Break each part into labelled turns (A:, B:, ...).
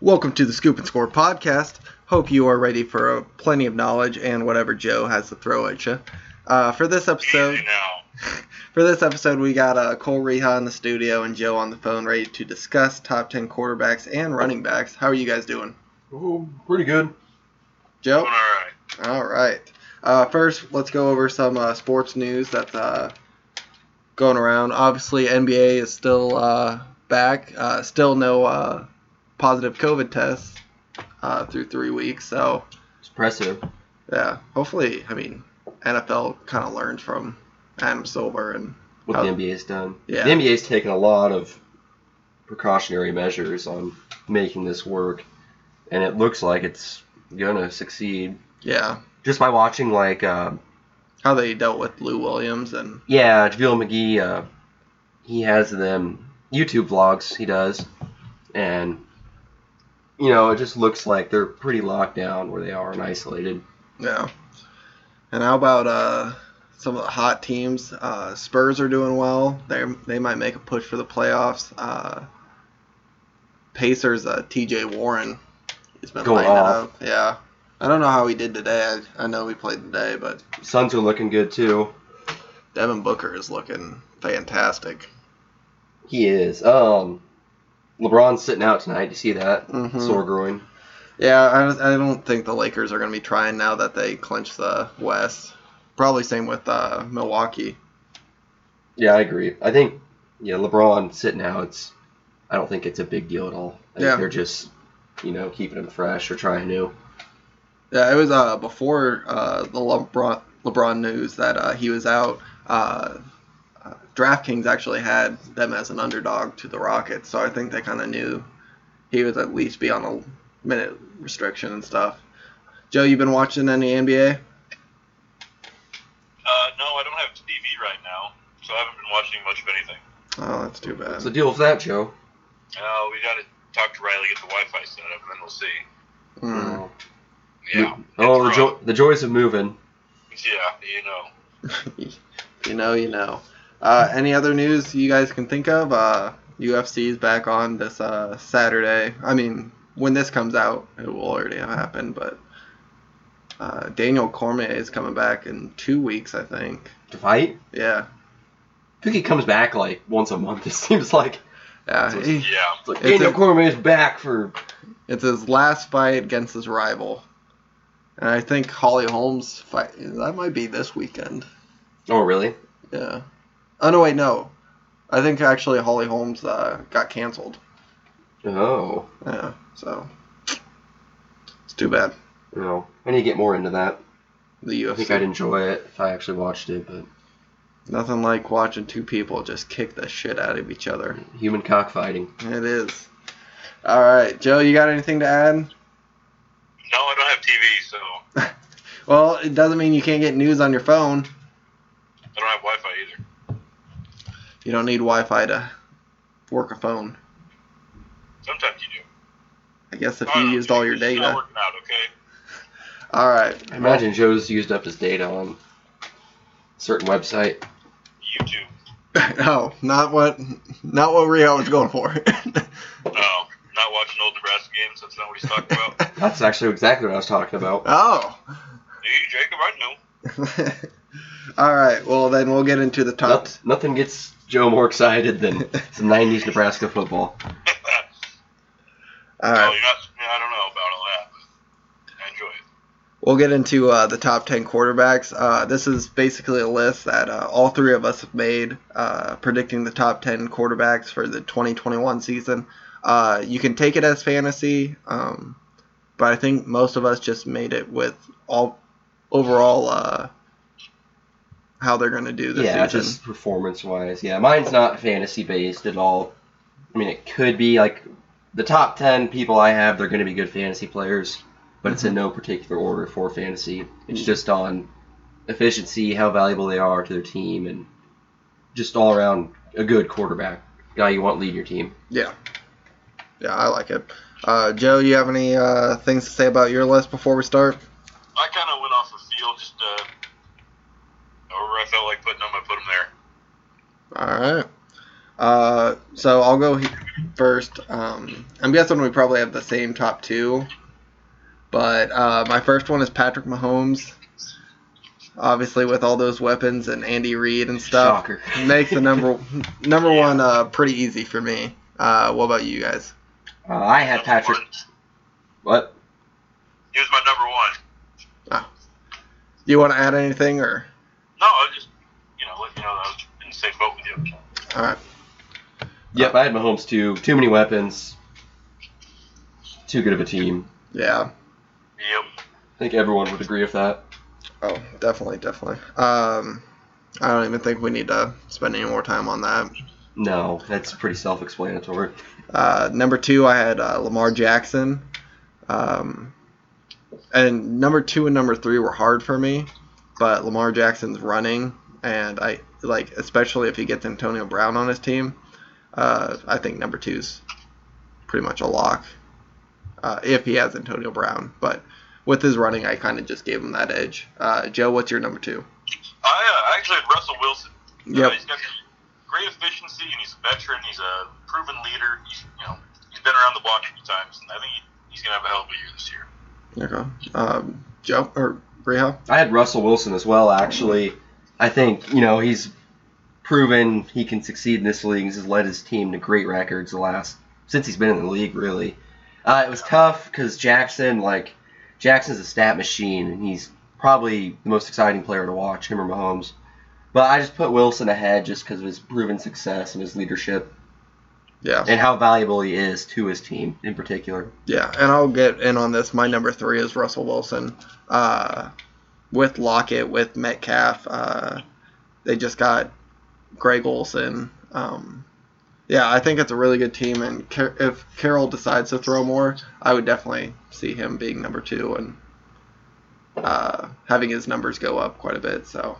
A: Welcome to the Scoop and Score podcast. Hope you are ready for uh, plenty of knowledge and whatever Joe has to throw at you. Uh, for this episode,
B: Easy now.
A: for this episode, we got uh, Cole Reha in the studio and Joe on the phone, ready to discuss top ten quarterbacks and running backs. How are you guys doing,
C: Ooh, pretty good.
A: Joe?
B: Doing all right.
A: All right. Uh, first, let's go over some uh, sports news that's uh, going around. Obviously, NBA is still uh, back. Uh, still no uh, positive COVID tests uh, through three weeks. So,
D: It's impressive.
A: yeah, hopefully, I mean, NFL kind of learned from Adam Silver and
D: What
A: How-
D: the NBA's done.
A: Yeah.
D: The NBA's taken a lot of precautionary measures on making this work, and it looks like it's gonna succeed
A: yeah,
D: just by watching like uh,
A: how they dealt with Lou Williams and
D: yeah, Javale McGee. Uh, he has them YouTube vlogs he does, and you know it just looks like they're pretty locked down where they are and isolated.
A: Yeah. And how about uh, some of the hot teams? Uh, Spurs are doing well. They they might make a push for the playoffs. Uh, Pacers. Uh, T.J. Warren. He's been
D: Going
A: lighting it
D: off.
A: up. Yeah. I don't know how he did today. I, I know we played today, but
D: Suns are looking good too.
A: Devin Booker is looking fantastic.
D: He is. Um, LeBron's sitting out tonight. You see that
A: Mhm.
D: sore groin.
A: Yeah, I, don't- I don't think the Lakers are going to be trying now that they clinched the West. Probably same with uh, Milwaukee.
D: Yeah, I agree. I think yeah, LeBron sitting out, it's I don't think it's a big deal at all. I
A: Yeah.
D: think they're just you know keeping him fresh or trying new.
A: Yeah, it was uh, before uh, the LeBron, LeBron news that uh, he was out. Uh, uh, DraftKings actually had them as an underdog to the Rockets, so I think they kind of knew he would at least be on a minute restriction and stuff. Joe, you been watching any NBA?
B: Uh, no, I don't have TV right now, so I haven't been watching much of anything.
A: Oh, that's too
D: What's the
A: bad.
D: deal with that, Joe?
B: Uh, we got to talk to Riley, get the Wi-Fi set up, and then we'll see.
A: Mm.
B: Yeah.
D: Uh, Oh, the,
B: it's
D: jo- the joys of moving.
B: rough. Yeah, you know.
A: You know, you know. Uh, any other news you guys can think of? Uh, UFC is back on this uh, Saturday. I mean, when this comes out, it will already have happened, but uh, Daniel Cormier is coming back in two weeks, I think.
D: To fight?
A: Yeah.
D: I think he comes back like once a month. It seems like
A: Yeah. he-
B: Yeah.
D: it's like
A: It's
D: Daniel
A: a-
D: Cormier's back for
A: it's his last fight against his rival. And I think Holly Holmes fight that might be this weekend.
D: oh really?
A: Yeah. Oh no wait, no. I think actually Holly Holmes uh, got canceled.
D: Oh
A: Yeah, so it's too bad.
D: no, I need to get more into that.
A: The
D: I
A: UFC.
D: think I'd enjoy it if I actually watched it, but
A: Nothing like watching two people just kick the shit out of each other.
D: human cockfighting.
A: It is. All right, Joe, you got anything to add?
B: No, I don't have TV, so I
A: Well, it doesn't mean you can't get news on your phone.
B: don't have Wi-Fi either.
A: You don't need Wi-Fi to work a phone.
B: Sometimes you do.
A: I guess if you
B: I don't know,
A: used all your
B: it's not
A: data.
B: working out, okay?
A: All right.
D: I imagine Joe's used up his data on a certain website.
B: YouTube.
A: no, Oh, not what, not what Rio was going for.
B: No, not watching old Nebraska games. That's not what he's talking about.
D: That's actually exactly what I was talking about.
A: oh.
B: hey, Jacob, I know.
A: all right. Well, then we'll get into the top.
D: Not, nothing gets Joe more excited than some 90s Nebraska football.
A: All
B: No,
A: right.
B: you're not. I don't know about all that. But I enjoy it.
A: We'll get into uh, the top 10 quarterbacks. Uh, this is basically a list that uh, all three of us have made uh, predicting the top 10 quarterbacks for the 2021 season. Uh, you can take it as fantasy, um, but I think most of us just made it with all overall uh, how they're going to do this
D: yeah,
A: season.
D: just performance wise. Yeah, mine's not fantasy based at all. I mean, it could be like the top 10 people I have, they're going to be good fantasy players, but
A: Mm-hmm.
D: it's in no particular order for fantasy.
A: Mm.
D: It's just on efficiency, how valuable they are to their team, and just all around a good quarterback. Guy you want leading your team.
A: Yeah. Yeah, I like it. Uh, Joe, you have any uh, things to say about your list before we start?
B: I kind of went off the field just uh, or I felt like putting them. I put them there.
A: All right. Uh, so I'll go he- first. Um, I'm guessing we probably have the same top two, but uh, my first one is Patrick Mahomes. Obviously, with all those weapons and Andy Reid and stuff,
D: Shocker.
A: makes the number number one uh, pretty easy for me. Uh, what about you guys?
D: Uh, I had
B: Number
D: Patrick.
B: one.
D: What?
B: He was my number one.
A: Do you want to add anything or?
B: No, I was just, you know, let you know that I was in the same boat with you.
A: All right.
D: Yep, I had Mahomes too. Too many weapons. Too good of a team.
A: Yeah.
B: Yep.
D: I think everyone would agree with that.
A: Oh, definitely, definitely. Um, I don't even think we need to spend any more time on that.
D: No, that's pretty self-explanatory.
A: Uh, number two, I had uh, Lamar Jackson. Um, and number two and number three were hard for me, but Lamar Jackson's running, and I like especially if he gets Antonio Brown on his team. Uh, I think number two's pretty much a lock uh, if he has Antonio Brown, but with his running, I kind of just gave him that edge. Uh, Joe, what's your number two?
B: I uh, actually had Russell Wilson. Yeah,
A: Yep.
B: he's got great efficiency, and he's a veteran. He's a proven leader. He's, you know, he's been around the block a few times, and I think he, he's gonna have a hell of a year this year.
A: Okay. Um, Joe or Reha?
D: I had Russell Wilson as well, actually. I think, you know, he's proven he can succeed in this league. He's led his team to great records the last since he's been in the league, really. Uh, it was tough because Jackson, like, Jackson's a stat machine, and he's probably the most exciting player to watch, him or Mahomes. But I just put Wilson ahead just because of his proven success and his leadership
A: Yeah.
D: and how valuable he is to his team in particular.
A: Yeah, and I'll get in on this. My number three is Russell Wilson. Uh, with Lockett, with Metcalf, uh, they just got Greg Olson. Um, yeah, I think it's a really good team, and Car- if Carroll decides to throw more, I would definitely see him being number two and uh, having his numbers go up quite a bit. So,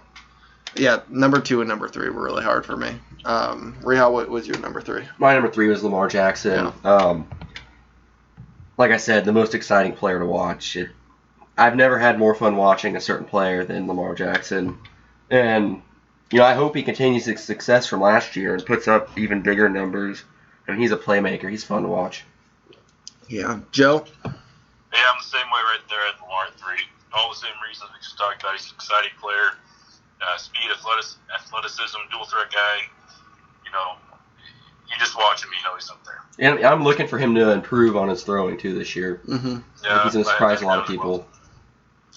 A: yeah, number two and number three were really hard for me. Um, Reha, what was your number three?
D: My number three was Lamar Jackson. Um, like I said, the most exciting player to watch. It, I've never had more fun watching a certain player than Lamar Jackson, and you know I hope he continues his success from last year and puts up even bigger numbers. I mean, he's a playmaker. He's fun to watch.
A: Yeah, Joe.
B: Yeah, I'm the same way right there at Lamar at three. All the same reasons we just talked about. He's an exciting player. Uh, speed, athletic, athleticism, dual threat guy. You know, you just watch him, you know he's up there.
D: And I'm looking for him to improve on his throwing too this year.
A: hmm
D: I think he's gonna
B: I- I
D: surprise a
B: think
D: lot of
B: that was
D: people.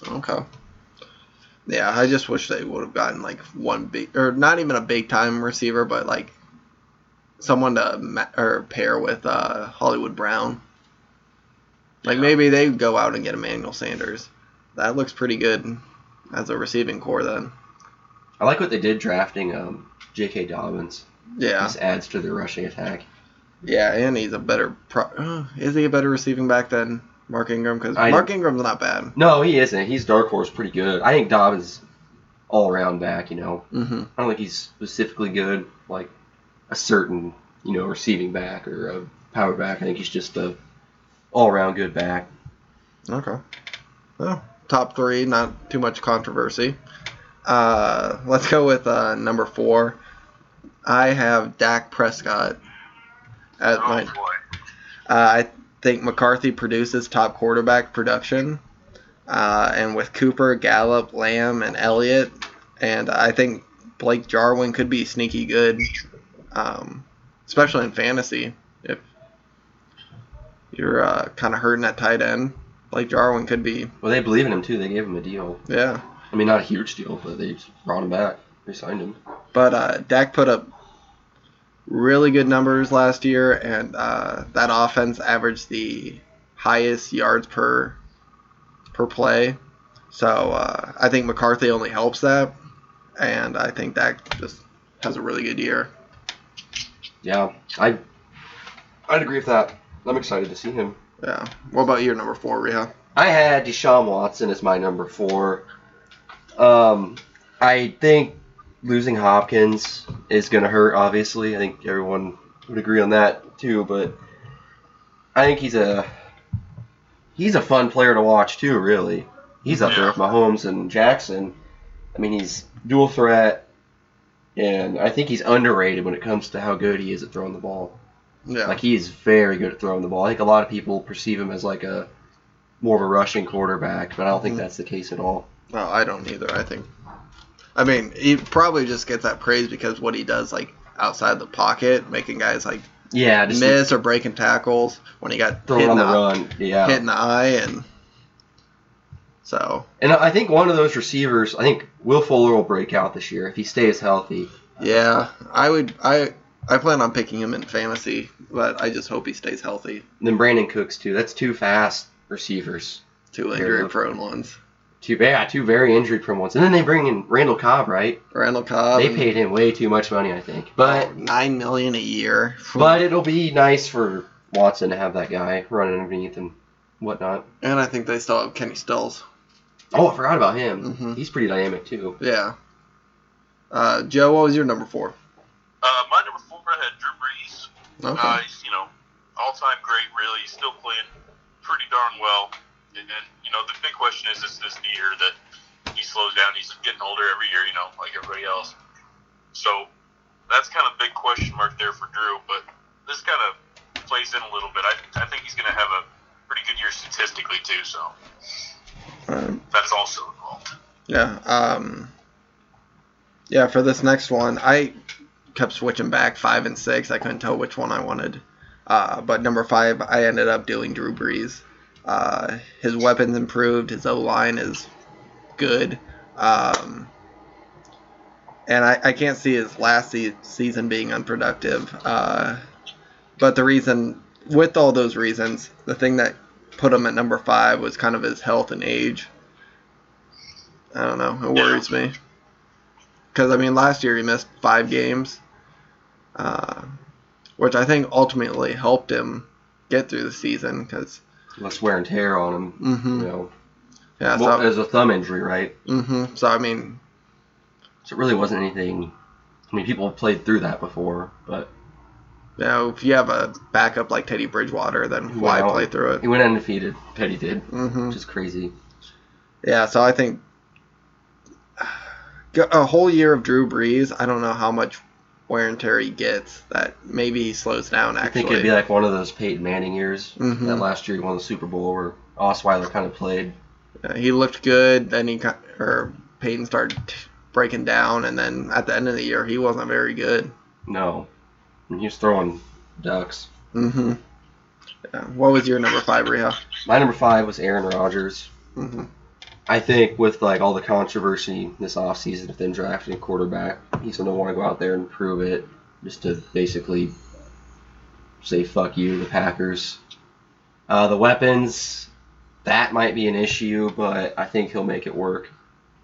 A: Okay. Yeah, I just wish they would have gotten like one big, or not even a big time receiver, but like someone to ma- or pair with uh, Hollywood Brown. Like
B: Yeah.
A: maybe they go out and get Emmanuel Sanders. That looks pretty good as a receiving core then.
D: I like what they did drafting um, J.K. Dobbins.
A: Yeah,
D: This adds to their rushing attack.
A: yeah, and he's a better. Pro- uh, is he a better receiving back than Mark Ingram? Because
D: I-
A: Mark Ingram's not bad.
D: No, he isn't. He's dark horse pretty good. I think Dobbins all around back, you know.
A: hmm
D: I don't think he's specifically good like a certain, you know, receiving back or a power back. I think he's just a all around good back.
A: Okay. Well, top three, not too much controversy. Uh, let's go with uh, number four. I have Dak Prescott as
B: Oh,
A: my. Uh,
B: boy.
A: I think McCarthy produces top quarterback production, uh, and with Cooper, Gallup, Lamb, and Elliott, and I think Blake Jarwin could be sneaky good, um, especially in fantasy if you're uh, kind of hurting at tight end. Blake Jarwin could be
D: Well, they believe in him too. They gave him a deal.
A: yeah,
D: I mean, not a huge deal, but they just brought him back. They signed him.
A: but uh, Dak put up really good numbers last year, and uh, that offense averaged the highest yards per per play. So uh, I think McCarthy only helps that, and I think Dak just has a really good year.
D: Yeah, I I'd agree with that. I'm excited to see him.
A: Yeah. What about your number four, Reha?
D: I had Deshaun Watson as my number four. Um, I think losing Hopkins is going to hurt, obviously. I think everyone would agree on that, too. But I think he's a he's a fun player to watch, too, really. He's up there with Mahomes and Jackson. I mean, he's dual threat, and I think he's underrated when it comes to how good he is at throwing the ball.
A: Yeah.
D: Like he's very good at throwing the ball. I think a lot of people perceive him as like a more of a rushing quarterback, but I don't think
A: Mhm.
D: that's the case at all.
A: No, I don't either. I think. I mean, he probably just gets that praise because what he does, like outside the pocket, making guys like
D: Yeah, just
A: miss or breaking tackles when he got hit
D: throwing
A: in
D: on
A: the,
D: the run. Yeah,
A: hit in the eye, and so
D: and I I think one of those receivers, I think Will Fuller will break out this year if he stays healthy.
A: yeah, I would I I plan on picking him in fantasy, but I just hope he stays healthy.
D: Then Brandon Cooks too. That's two fast receivers.
A: Two
D: Yeah.
A: injury prone ones.
D: Two yeah, two very injury prone ones. And then they bring in Randall Cobb, right?
A: Randall Cobb.
D: they paid him way too much money, I think. But
A: nine million a year.
D: but it'll be nice for Watson to have that guy running underneath and whatnot.
A: and I think they still have Kenny Stills.
D: Oh, I forgot about him.
A: Mhm.
D: He's pretty dynamic too.
A: Yeah. Uh, Joe, what was your number four?
B: Uh, my number four I had Drew Brees.
A: Okay.
B: Uh, he's, you know, all-time great, really. He's still playing pretty darn well. And, and you know, the big question is, is this the year that he slows down? He's getting older every year, you know, like everybody else. So that's kind of a big question mark there for Drew. But this kind of plays in a little bit. I, I think he's going to have a pretty good year statistically too. So
A: Um,
B: that's also involved.
A: Yeah. Um, yeah, for this next one, I kept switching back five and six. I couldn't tell which one I wanted. Uh, but number five, I ended up doing Drew Brees. Uh, his weapons improved. His O line is good. Um, and I, I can't see his last se- season being unproductive. Uh, but the reason, with all those reasons, the thing that put him at number five was kind of his health and age. I don't know. It worries me. Because, I mean, last year he missed five games, uh, which I think ultimately helped him get through the season. Because,
D: Less wear and tear on him.
A: hmm
D: You know,
A: yeah,
D: well, uh,
A: so,
D: it was a thumb injury, right?
A: hmm so, I mean,
D: So it really wasn't anything. I mean, people have played through that before, but
A: you know, if you have a backup like Teddy Bridgewater, then why
D: Well,
A: play through it?
D: he went undefeated. Petty did,
A: hmm
D: which is crazy.
A: Yeah, so I think a whole year of Drew Brees, I don't know how much wear and tear he gets. That maybe he slows down.
D: I
A: Actually,
D: think it'd be like one of those Peyton Manning years
A: Mhm.
D: that last year he won the Super Bowl, where Osweiler kind of played.
A: Uh, he looked good, then he got, or Peyton started t- breaking down, and then at the end of the year, he wasn't very good.
D: No, and he was throwing ducks.
A: hmm Yeah. What was your number five, Riha?
D: My number five was Aaron Rodgers.
A: hmm
D: I think with like all the controversy this offseason of them drafting a quarterback, he's gonna want to go out there and prove it, just to basically say fuck you, the Packers. Uh, the weapons, that might be an issue, but I think he'll make it work.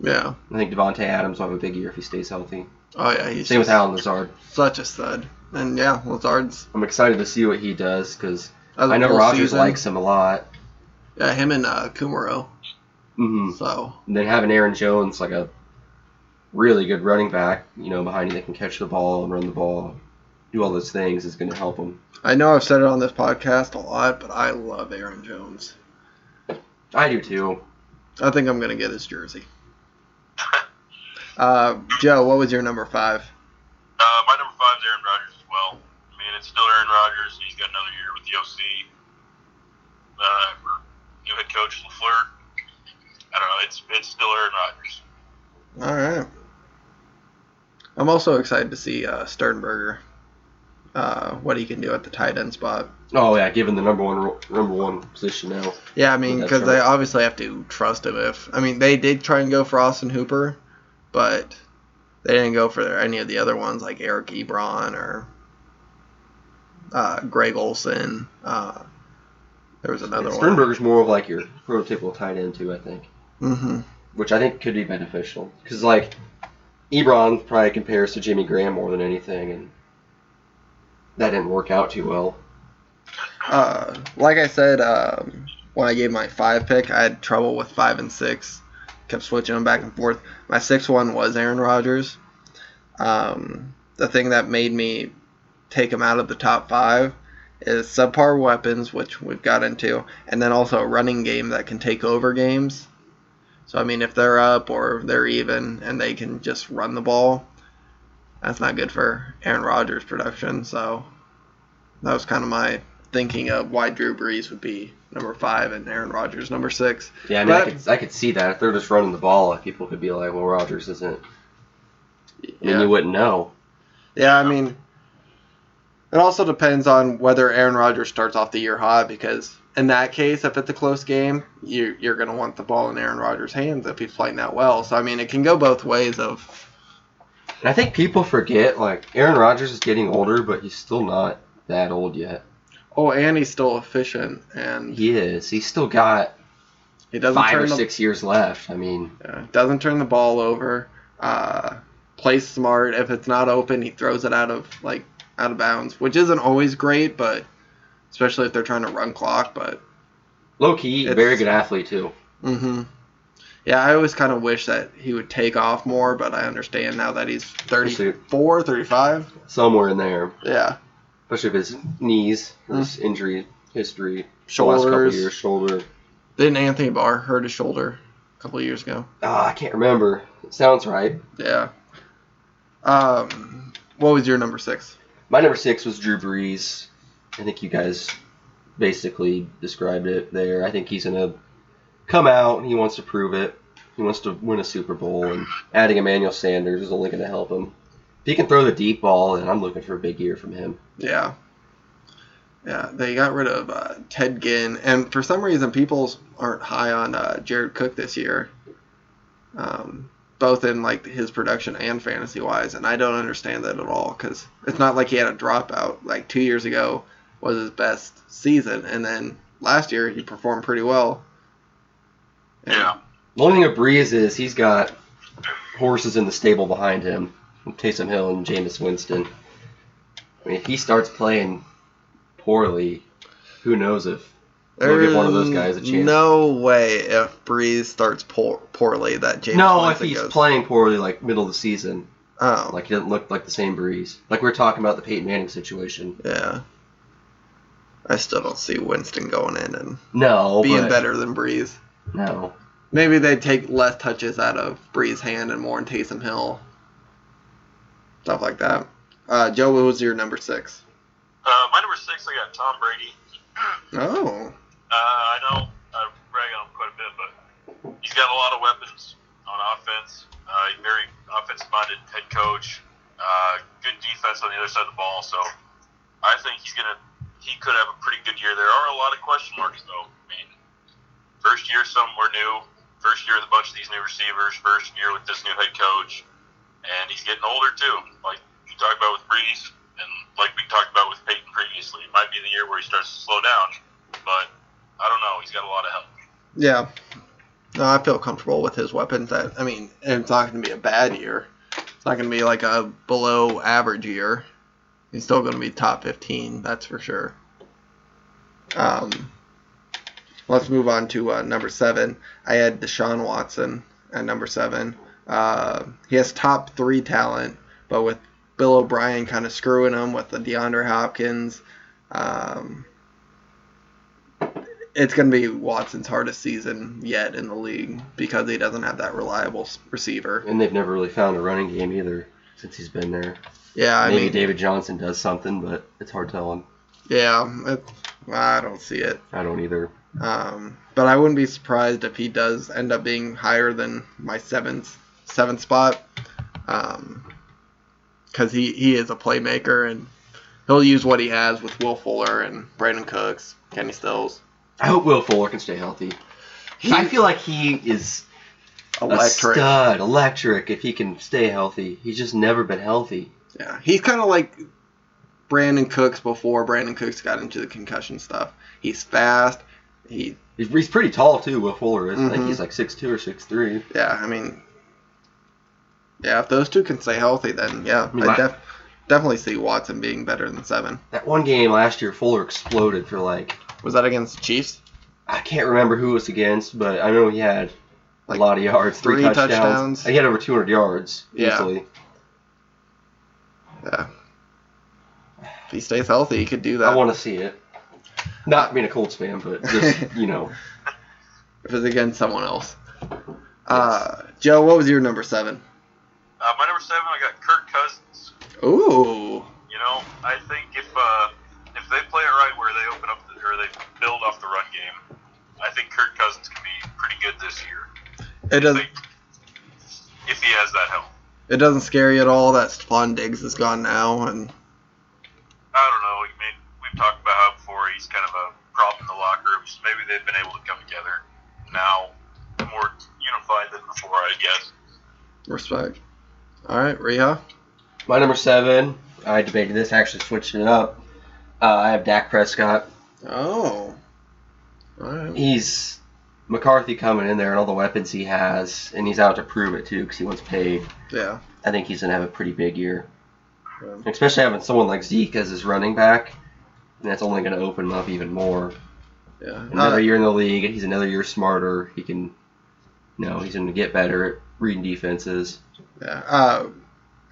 A: Yeah.
D: I think Devonte Adams will have a big year if he stays healthy.
A: Oh yeah, he's
D: Same with
A: just
D: Alan Lazard.
A: such a stud. And yeah, Lazard's.
D: I'm excited to see what he does because
A: as a
D: I know
A: full
D: Rogers
A: season-
D: likes him a lot.
A: yeah, him and uh, Kumaro.
D: Mm-hmm.
A: So
D: And then having Aaron Jones like a really good running back, you know, behind you that can catch the ball and run the ball, do all those things is going to help him.
A: I know I've said it on this podcast a lot, but I love Aaron Jones.
D: I do too.
A: I think I'm gonna get his jersey. Uh, Joe, what was your number five?
B: Uh, my number five is Aaron Rodgers as well. I mean, it's still Aaron Rodgers. He's got another year with the OC. Uh, new head coach Lafleur. I don't know. It's it's still Aaron Rodgers.
A: All right. I'm also excited to see uh, Sternberger, uh, what he can do at the tight end spot.
D: Oh yeah, given the number one ro- number one position now.
A: Yeah, I mean,
D: That's
A: because they
D: right.
A: obviously have to trust him. If I mean, they did try and go for Austin Hooper, but they didn't go for any of the other ones like Eric Ebron or uh, Greg Olson. Uh, there was another one.
D: Sternberger's more of like your prototypical tight end too, I think,
A: Mm-hmm.
D: which I think could be beneficial because like Ebron probably compares to Jimmy Graham more than anything, and that didn't work out too well.
A: Uh, like I said, um, when I gave my five pick, I had trouble with five and six. Kept switching them back and forth. My sixth one was Aaron Rodgers. Um, the thing that made me take him out of the top five is subpar weapons, which we've got into, and then also a running game that can take over games. So, I mean, if they're up or they're even and they can just run the ball, that's not good for Aaron Rodgers' production. So, that was kind of my thinking of why Drew Brees would be number five and Aaron Rodgers number six.
D: Yeah, I mean, I
A: But-
D: could, I could see that. If they're just running the ball, like, people could be like, well, Rodgers isn't. I mean, you wouldn't know.
A: Yeah, I mean, it also depends on whether Aaron Rodgers starts off the year hot because in that case, if it's a close game, you, you're going to want the ball in Aaron Rodgers' hands if he's playing that well. So I mean, it can go both ways. Of
D: And I think people forget, like, Aaron Rodgers is getting older, but he's still not that old yet.
A: oh, and he's still efficient and
D: He is. He's still got
A: he doesn't
D: five
A: turn
D: or
A: the
D: six years left. I mean,
A: yeah, doesn't turn the ball over. Uh, plays smart. If it's not open, he throws it out of like out of bounds, which isn't always great, but especially if they're trying to run clock. But
D: low key,
A: It's-
D: very good athlete, too.
A: Mm-hmm. Yeah, I always kind of wish that he would take off more, but I understand now that he's 34, 35.
D: Somewhere in there.
A: Yeah.
D: Especially with his knees, his injury history, the last couple of years,
A: Hmm. Shoulders.
D: shoulder.
A: Didn't Anthony Barr hurt his shoulder a couple of years ago?
D: Ah, I can't remember. It sounds right.
A: Yeah. Um, what was your number six?
D: My number six was Drew Brees. I think you guys basically described it there. I think he's gonna come out and he wants to prove it. He wants to win a Super Bowl, and adding Emmanuel Sanders is only gonna help him. If he can throw the deep ball, then I'm looking for a big year from him.
A: Yeah. Yeah, they got rid of uh, Ted Ginn, and for some reason, people aren't high on uh, Jared Cook this year, um, both in like his production and fantasy wise, and I don't understand that at all because it's not like he had a dropout. Like two years ago was his best season, and then last year he performed pretty well. And-
B: Yeah.
D: The only thing with Brees is he's got horses in the stable behind him, Taysom Hill and Jameis Winston. I mean, if he starts playing poorly, who knows if We'll give one of those guys a
A: There's
D: chance.
A: No way if Breeze starts poor, poorly that James.
D: no, if
A: Winston
D: he's
A: goes-
D: playing poorly, like middle of the season,
A: Oh,
D: like he doesn't look like the same Breeze. Like we were talking about the Peyton Manning situation.
A: Yeah. I still don't see Winston going in and
D: No,
A: being
D: but-
A: better than Breeze.
D: No,
A: Oh, Maybe they take less touches out of Breeze's hand and more in Taysom Hill. Stuff like that. Uh, Joe, what was your number six?
B: Uh, my number six, I got Tom Brady.
A: Oh.
B: Uh, I know I rag on him quite a bit, but he's got a lot of weapons on offense. Uh, he's a very offense-minded head coach. Uh, good defense on the other side of the ball, so I think he's gonna. He could have a pretty good year. There are a lot of question marks, though. I mean, first year somewhere new, first year with a bunch of these new receivers, first year with this new head coach, and he's getting older too. Like you talked about with Breeze, and like we talked about with Peyton previously, it might be the year where he starts to slow down. But I don't know. He's got a lot of help.
A: Yeah. No, I feel comfortable with his weapons. I, I mean, it's not going to be a bad year. It's not going to be like a below average year. He's still going to be top 15, that's for sure. Um, let's move on to uh, number seven. I had Deshaun Watson at number seven. Uh, he has top three talent, but with Bill O'Brien kind of screwing him with the DeAndre Hopkins, um, it's going to be Watson's hardest season yet in the league because he doesn't have that reliable s- receiver.
D: and they've never really found a running game either since he's been there.
A: Yeah, I
D: Maybe
A: mean,
D: David Johnson does something, but it's hard telling.
A: yeah, it, I don't see it.
D: I don't either.
A: Um, but I wouldn't be surprised if he does end up being higher than my seventh seventh spot, because he he is a playmaker and he'll use what he has with Will Fuller and Brandon Cooks, Kenny Stills,
D: I hope Will Fuller can stay healthy. 'Cause I feel like he is a
A: electric.
D: stud, electric. If he can stay healthy, he's just never been healthy.
A: Yeah, he's kind of like Brandon Cooks before Brandon Cooks got into the concussion stuff. He's fast. He
D: He's, he's pretty tall too. Will Fuller is. I think
A: Mhm.
D: he's like six two or six three.
A: yeah, I mean, yeah, if those two can stay healthy, then yeah,
D: mean,
A: I
D: my-
A: def- definitely see Watson being better than seven.
D: That one game last year, Fuller exploded for like
A: Was that against the Chiefs?
D: I can't remember who it was against, but I know he had
A: Like,
D: a lot of yards, three,
A: three
D: touchdowns.
A: touchdowns.
D: He had over 200 yards
A: Yeah.
D: easily.
A: Yeah. If he stays healthy, he could do that.
D: I want to see it. Not being a Colts fan, but just you know,
A: if it's against someone else. Uh, Joe, what was your number seven?
B: Uh, my number seven, I got Kirk Cousins.
A: Ooh.
B: You know, I think if uh, if they play it right, where they open up the, or they build off the run game, I think Kirk Cousins can be pretty good this year.
A: It doesn't
B: Like, if he has that help,
A: it doesn't scare you at all that Stephon Diggs is gone now, and
B: I don't know. I mean, we've talked about how before he's kind of a problem in the locker room. So maybe they've been able to come together now, more unified than before, I guess.
A: respect. All right, Riha.
D: My number seven, I debated this, actually switched it up. Uh, I have Dak Prescott.
A: Oh, all right.
D: He's McCarthy coming in there and all the weapons he has, and he's out to prove it too because he wants paid.
A: Yeah.
D: I think he's gonna have a pretty big year,
A: Um,
D: especially having someone like Zeke as his running back. And that's only gonna open him up even more.
A: Yeah.
D: Another
A: Uh,
D: year in the league, he's another year smarter. He can, you know, he's gonna get better at reading defenses.
A: yeah. Uh,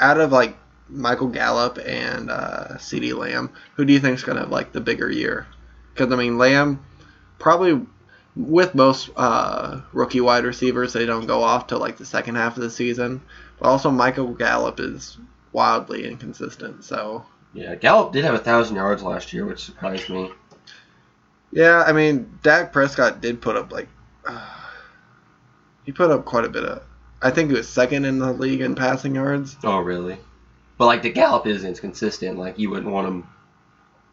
A: out of like Michael Gallup and uh, C.D. Lamb, who do you think's gonna have like the bigger year? Because I mean, Lamb probably with most uh, rookie wide receivers, they don't go off till like the second half of the season. But also, Michael Gallup is wildly inconsistent. So
D: Yeah, Gallup did have a thousand yards last year, which surprised me.
A: yeah, I mean, Dak Prescott did put up like uh, he put up quite a bit of. I think he was second in the league in passing yards.
D: Oh, really? But like the Gallup is inconsistent. Like you wouldn't want him.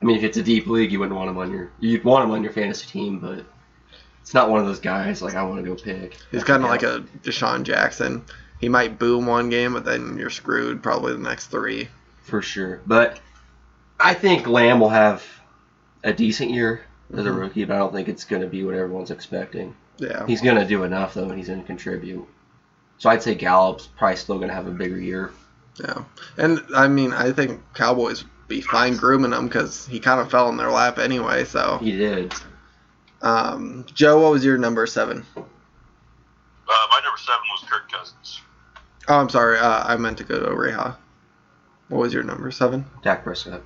D: I mean, if it's a deep league, you wouldn't want him on your. You'd want him on your fantasy team, but it's not one of those guys like I want to go pick.
A: He's kind of like a Deshaun Jackson. He might boom one game, but then you're screwed probably the next three.
D: for sure. But I think Lamb will have a decent year as a
A: Mhm.
D: rookie, but I don't think it's going to be what everyone's expecting.
A: Yeah.
D: He's going to do enough though, and he's going to contribute. So I'd say Gallup's probably still going to have a bigger year.
A: Yeah. And I mean, I think Cowboys be fine grooming him because he kind of fell in their lap anyway. So,
D: He did.
A: um, Joe, what was your number seven?
B: Uh, my number seven was Kirk Cousins.
A: Oh, I'm sorry. Uh, I meant to go to Reha. What was your number seven?
D: Dak Prescott.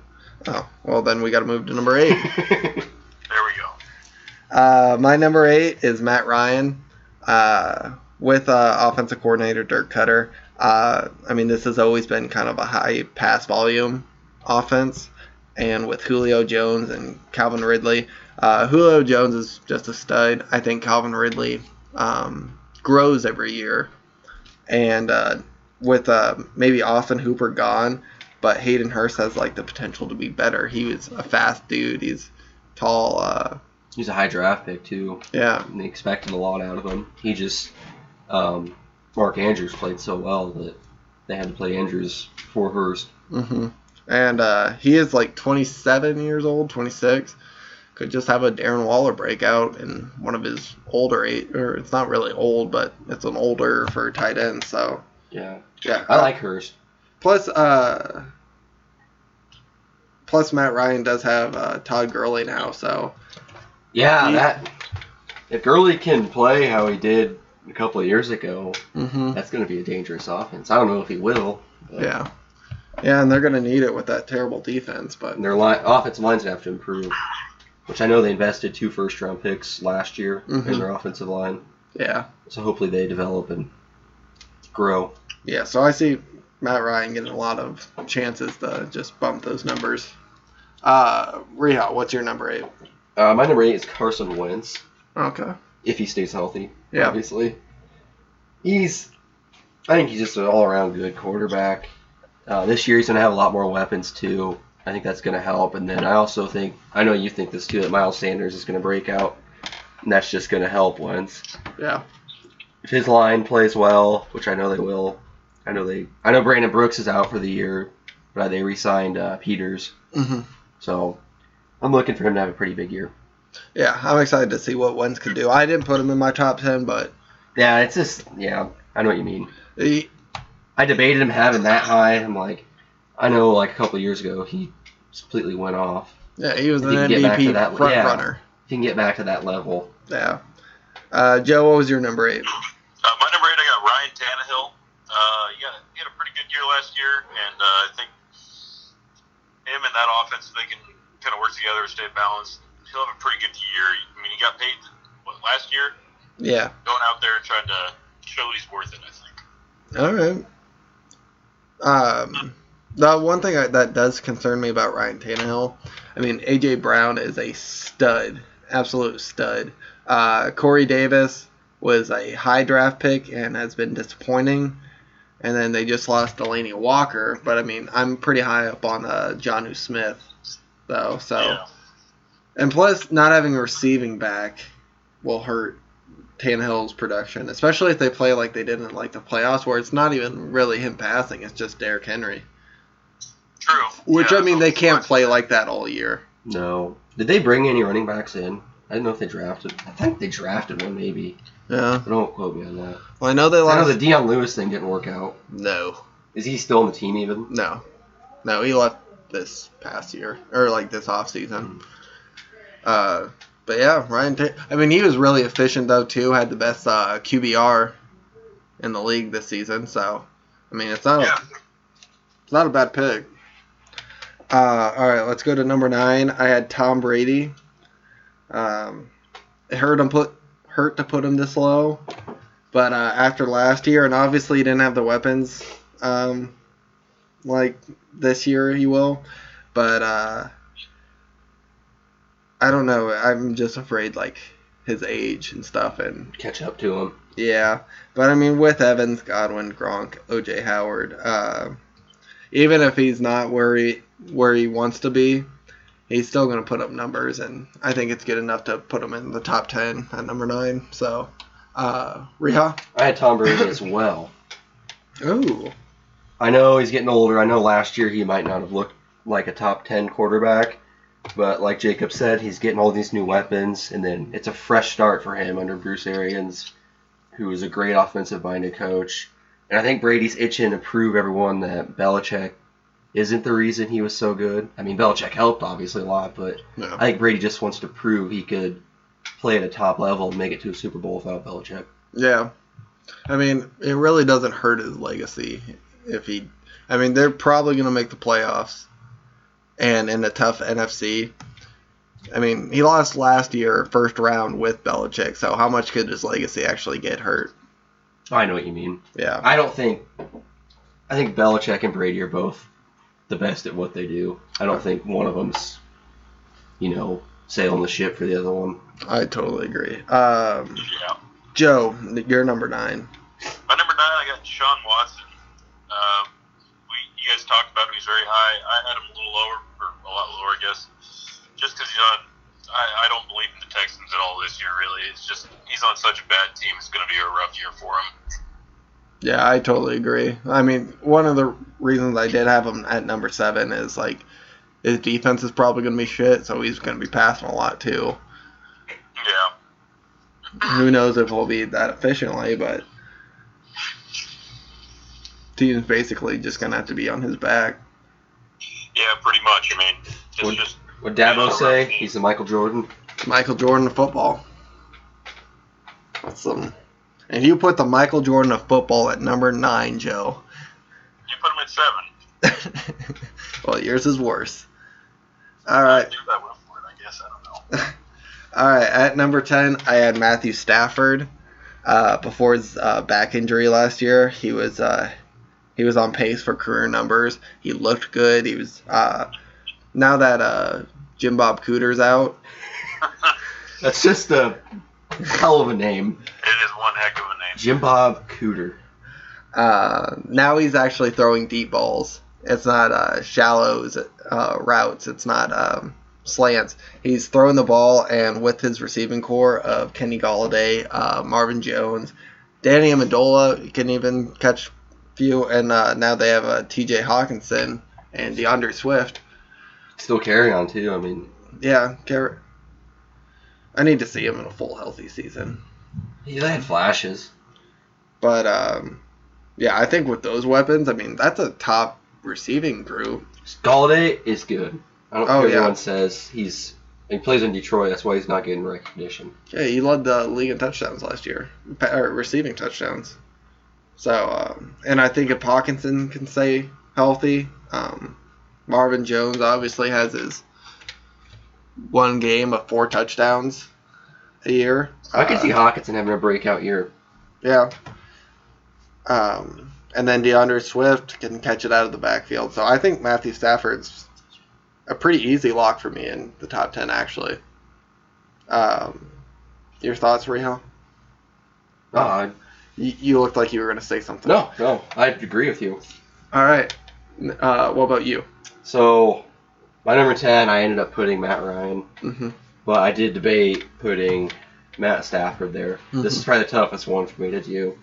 A: Oh, well, then we got to move to number eight.
B: There we go.
A: Uh, my number eight is Matt Ryan uh, with uh, offensive coordinator Dirk Cutter. Uh, I mean, this has always been kind of a high pass volume offense. And with Julio Jones and Calvin Ridley, uh, Julio Jones is just a stud. I think Calvin Ridley um, grows every year. And uh, with uh, maybe Austin Hooper gone, but Hayden Hurst has like the potential to be better. He was a fast dude. He's tall. Uh,
D: He's a high draft pick too.
A: yeah,
D: and they expected a lot out of him. He just um, Mark Andrews played so well that they had to play Andrews for Hurst.
A: hmm And uh, he is like 27 years old, 26. Could just have a Darren Waller breakout in one of his older eight, or it's not really old, but it's an older for tight end. So
D: Yeah,
A: yeah,
D: I like Hurst.
A: Plus, uh, plus Matt Ryan does have uh, Todd Gurley now, so
D: Yeah,
A: He-
D: that if Gurley can play how he did a couple of years ago,
A: hmm
D: that's going to be a dangerous offense. I don't know if he will. but-
A: yeah, yeah, and they're gonna need it with that terrible defense, but
D: and their line, offensive line's gonna have to improve. Which I know they invested two first round picks last year in
A: Mhm.
D: their offensive line,
A: yeah,
D: so hopefully they develop and grow.
A: yeah. So I see Matt Ryan getting a lot of chances to just bump those numbers. Uh, Reha, what's your number eight?
D: Uh, my number eight is Carson Wentz.
A: Okay.
D: if he stays healthy.
A: Yeah.
D: Obviously. He's I think he's just an all around good quarterback. Uh, this year he's gonna have a lot more weapons too. I think that's gonna help. And then I also think I know you think this too that Miles Sanders is gonna break out. And that's just gonna help Wentz.
A: Yeah.
D: If his line plays well, which I know they will, I know they I know Brandon Brooks is out for the year, but they re signed uh, Peters.
A: hmm
D: So I'm looking for him to have a pretty big year.
A: Yeah, I'm excited to see what Wentz can do. I didn't put him in my top ten, but
D: Yeah, it's just yeah, I know what you mean.
A: he,
D: I debated him having that high. I'm like, I know, like a couple years ago, he completely went off.
A: yeah, he was
D: If
A: an
D: he can get back to
A: MVP
D: that-
A: front
D: yeah.
A: runner.
D: If he can get back to that level,
A: Yeah. Uh, Joe, what was your number eight?
B: Uh, my number eight, I got Ryan Tannehill. Uh, he, got, he had a pretty good year last year, and uh, I think him and that offense, if they can kind of work together and stay balanced, he'll have a pretty good year. I mean, he got paid what, last year,
A: Yeah.
B: going out there and trying to show he's worth it. I think.
A: All right. Um, the one thing I, that does concern me about Ryan Tannehill, I mean, AJ Brown is a stud, absolute stud. Uh, Corey Davis was a high draft pick and has been disappointing. And then they just lost Delaney Walker, but I mean, I'm pretty high up on uh, Johnu Smith, though. So,
B: Yeah.
A: and plus, not having a receiving back will hurt Tannehill's production, especially if they play like they did in like the playoffs, where it's not even really him passing; it's just Derrick Henry.
B: True.
A: Which
B: Yeah,
A: I mean,
B: so
A: they
B: it's
A: can't
B: not-
A: play like that all year.
D: No. Did they bring any running backs in? I didn't know if they drafted. I think they drafted one, maybe.
A: Yeah.
D: But don't quote me on that.
A: Well, I know they
D: I know
A: lost.
D: the Deion Lewis thing didn't work out.
A: No,
D: Is he still on the team even?
A: no, no. He left this past year or like this off season. Uh, but yeah, Ryan. Ta- I mean, he was really efficient though too. Had the best uh, QBR in the league this season. So, I mean, it's not
B: Yeah.
A: a, it's not a bad pick. Uh, all right, let's go to number nine. I had Tom Brady. Um, it hurt him put hurt to put him this low, but uh, after last year, and obviously he didn't have the weapons um, like this year he will, but uh, I don't know. I'm just afraid like his age and stuff, and
D: Catch up to him.
A: yeah. But I mean, with Evans, Godwin, Gronk, OJ Howard, uh, even if he's not where he where he wants to be, he's still going to put up numbers, and I think it's good enough to put him in the top ten at number nine. So, uh, Riha,
D: I had Tom Brady as well.
A: oh
D: I know he's getting older. I know last year he might not have looked like a top 10 quarterback, but like Jacob said, he's getting all these new weapons, and then it's a fresh start for him under Bruce Arians, who is a great offensive minded coach. And I think Brady's itching to prove everyone that Belichick isn't the reason he was so good. I mean, Belichick helped obviously a lot, but
A: no,
D: I think Brady just wants to prove he could play at a top level and make it to a Super Bowl without Belichick.
A: Yeah. I mean, it really doesn't hurt his legacy if he. I mean, they're probably going to make the playoffs and in a tough NFC. I mean, he lost last year, first round with Belichick, so how much could his legacy actually get hurt?
D: I know what you mean.
A: Yeah.
D: I don't think. I think Belichick and Brady are both the best at what they do. I don't think one of them's, you know, sailing the ship for the other one.
A: I totally agree. Um,
B: Yeah.
A: Joe, you're number nine.
B: My number nine, I got Sean Watson. Um, we you guys talked about him; he's very high. I had him a little lower, or a lot lower, I guess, just because he's on. I, I don't believe in the Texans at all this year. Really, it's just he's on such a bad team. It's going to be a rough year for him.
A: Yeah, I totally agree. I mean, one of the reasons I did have him at number seven is like his defense is probably going to be shit, so he's going to be passing a lot too.
B: Yeah,
A: who knows if we'll be that efficiently, but team's basically just gonna have to be on his back.
B: yeah, pretty much. I mean, it's
D: Would-
B: just
D: What Dabo say? He's the Michael Jordan.
A: It's Michael Jordan of football. That's some. If you put the Michael Jordan of football at number nine, Joe,
B: you put him at seven.
A: well, yours is worse. All right,
B: I knew that went for it. I guess I don't know.
A: all right. At number ten, I had Matthew Stafford. Uh, before his uh, back injury last year, he was uh, he was on pace for career numbers. He looked good. He was uh, now that uh, Jim Bob Cooter's out,
D: That's just a hell of a name,
B: It is one heck of a name.
D: Jim Bob Cooter.
A: uh, now he's actually throwing deep balls. It's not uh, shallows uh, routes. It's not um, slants. He's throwing the ball, and with his receiving core of Kenny Galladay, uh, Marvin Jones, Danny Amendola can even catch few, and uh, now they have uh, T.J. Hawkinson and DeAndre Swift.
D: Still carrying on too. I mean,
A: Yeah, Garrett. I need to see him in a full healthy season.
D: he had flashes.
A: But um, yeah, I think with those weapons, I mean that's a top receiving group.
D: Galladay is good. I don't
A: Oh,
D: care what
A: yeah.
D: everyone says he's. He plays in Detroit. That's why he's not getting recognition.
A: Yeah, he led the league in touchdowns last year, pa- or receiving touchdowns. So, um, and I think if Hawkinson can stay healthy, um, Marvin Jones obviously has his one game of four touchdowns a year.
D: I could
A: Uh,
D: see Hawkinson having a breakout year.
A: Yeah. Um, and then DeAndre Swift can catch it out of the backfield. So I think Matthew Stafford's a pretty easy lock for me in the top ten, actually. Um, your thoughts, Reho?
D: Uh,
A: You, you looked like you were going to say something.
D: no, no, I agree with you.
A: All right. N- Uh, what about you?
D: So, my number 10, I ended up putting Matt Ryan,
A: Mm-hmm.
D: but I did debate putting Matt Stafford there. This is probably the toughest one for me to do.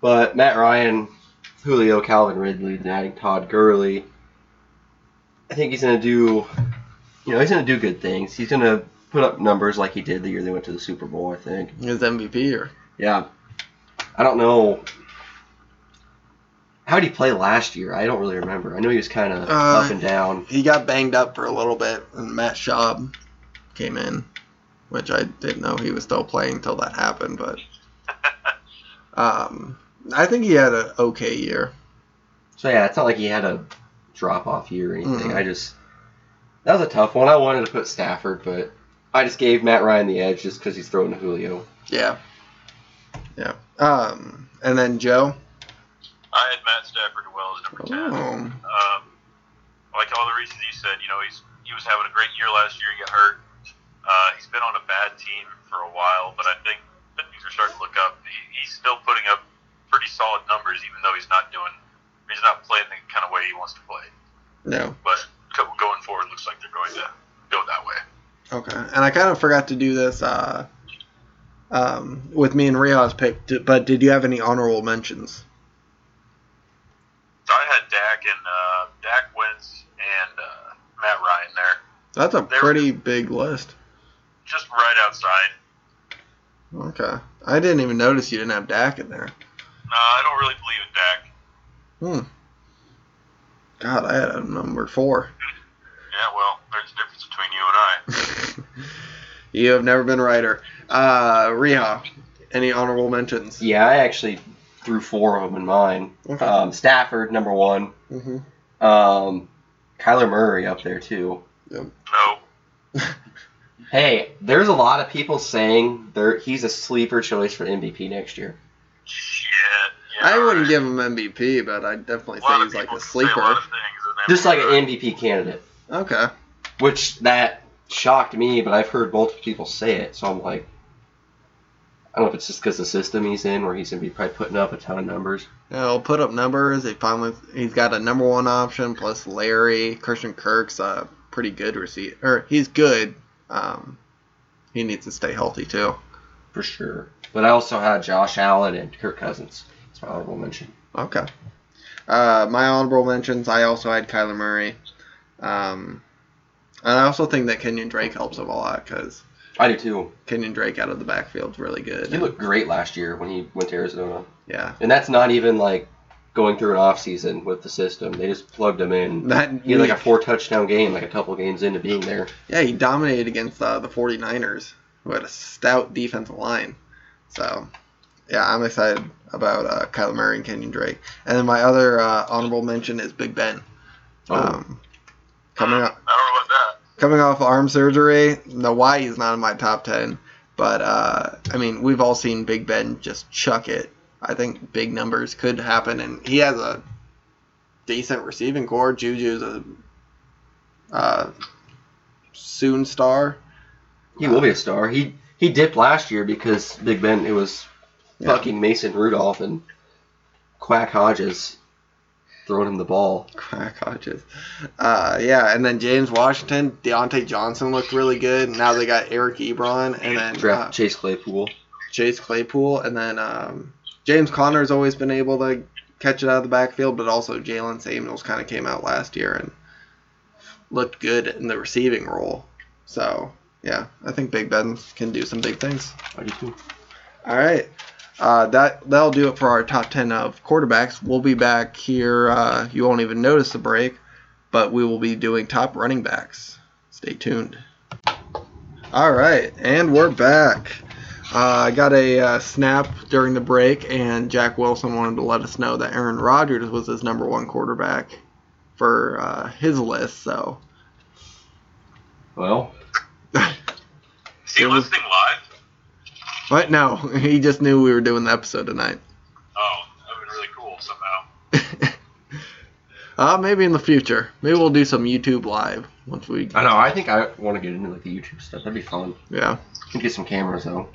D: But Matt Ryan, Julio, Calvin Ridley, and adding Todd Gurley, I think he's going to do, you know, he's going to do good things. He's going to put up numbers like he did the year they went to the Super Bowl, I think.
A: His MVP or
D: Yeah. I don't know. How did he play last year? I don't really remember. I know he was kind of
A: Uh,
D: up and down.
A: he got banged up for a little bit, and Matt Schaub came in, which I didn't know he was still playing till that happened. But um, I think he had an okay year.
D: So yeah, it's not like he had a drop off year or anything.
A: Mhm.
D: I just that was a tough one. I wanted to put Stafford, but I just gave Matt Ryan the edge just because he's throwing to Julio.
A: Yeah, yeah. Um, and then Joe.
B: I had Matt Stafford well as number ten.
A: Oh,
B: Um, like all the reasons you said, you know, he's he was having a great year last year. He got hurt. Uh, he's been on a bad team for a while, but I think that things are starting to look up. He, he's still putting up pretty solid numbers, even though he's not doing, he's not playing the kind of way he wants to play.
A: no.
B: But co- going forward, looks like they're going to go that way.
A: Okay. And I kind of forgot to do this uh, um, with me and Rios pick, d- but did you have any honorable mentions?
B: So I had Dak and uh, Dak Wentz and uh, Matt Ryan there,
A: That's a
B: There-
A: pretty big list.
B: just right outside.
A: Okay. I didn't even notice you didn't have Dak in there.
B: No, I don't really believe in Dak.
A: Hmm. God, I had a number four.
B: Yeah, well, there's a difference between you and I.
A: you have never been righter. Uh, Riha, any honorable mentions?
D: Yeah, I actually threw four of them in mine.
A: Okay.
D: Um, Stafford number one.
A: hmm
D: Um, Kyler Murray up there too.
B: No.
D: Hey, there's a lot of people saying there he's a sleeper choice for MVP next year.
B: Shit. Yeah,
A: I wouldn't
B: right.
A: give him MVP, but I'd definitely
B: A
A: say
B: lot of
A: he's like
B: people
A: a
B: can say A lot
A: sleeper.
B: of things and then-
D: Just like an MVP candidate,
A: Okay.
D: which that shocked me, but I've heard multiple people say it, so I'm like, I don't know if it's just because the system he's in, where he's gonna be probably putting up a ton of numbers.
A: He'll put up numbers. He finally he's got a number one option plus Larry Christian Kirk's a pretty good receiver. Or he's good. Um, he needs to stay healthy too.
D: For sure. But I also had Josh Allen and Kirk Cousins. That's my honorable mention.
A: Okay. Uh, my honorable mentions. I also had Kyler Murray. Um, and I also think that Kenyon Drake helps him a lot because
D: I do too.
A: Kenyon Drake out of the backfield's really good.
D: He looked great last year when he went to Arizona.
A: yeah.
D: And that's not even like going through an off season with the system. They just plugged him in.
A: That
D: He had like a
A: week-
D: four touchdown game, like a couple games into being there.
A: Yeah, he dominated against uh, the 49ers, who had a stout defensive line. So, yeah, I'm excited about uh, Kyler Murray and Kenyon Drake. And then my other uh, honorable mention is Big Ben.
D: Oh.
A: Um, coming up,
B: I don't know about that.
A: coming off arm surgery, no, why he's not in my top 10. But, uh, I mean, we've all seen Big Ben just chuck it. I think big numbers could happen, and he has a decent receiving core. Juju's a uh, soon star.
D: He will be a star. He he dipped last year because Big Ben it was
A: Yeah.
D: fucking Mason Rudolph and Quack Hodges throwing him the ball.
A: Quack Hodges. Uh, yeah, and then James Washington, Deontay Johnson looked really good. Now they got Eric Ebron and then
D: Draft
A: uh,
D: Chase Claypool.
A: Chase Claypool, and then um, James Conner's always been able to catch it out of the backfield, but also Jalen Samuels kind of came out last year and looked good in the receiving role. So yeah, I think Big Ben can do some big things.
D: I do too.
A: All right. Uh, that that'll do it for our top ten of quarterbacks. We'll be back here. Uh, you won't even notice the break, but we will be doing top running backs. Stay tuned. All right, and we're back. Uh, I got a uh, snap during the break, and Jack Wilson wanted to let us know that Aaron Rodgers was his number one quarterback for uh, his list. So
D: Well,
B: Is he
A: It was-
B: listening live?
A: But no, he just knew we were doing the episode tonight.
B: Oh, that would be really cool somehow.
A: Uh, maybe in the future. Maybe we'll do some YouTube live once we.
D: I know. I think I want to get into like the YouTube stuff. That'd be fun.
A: Yeah.
D: Can get some cameras though.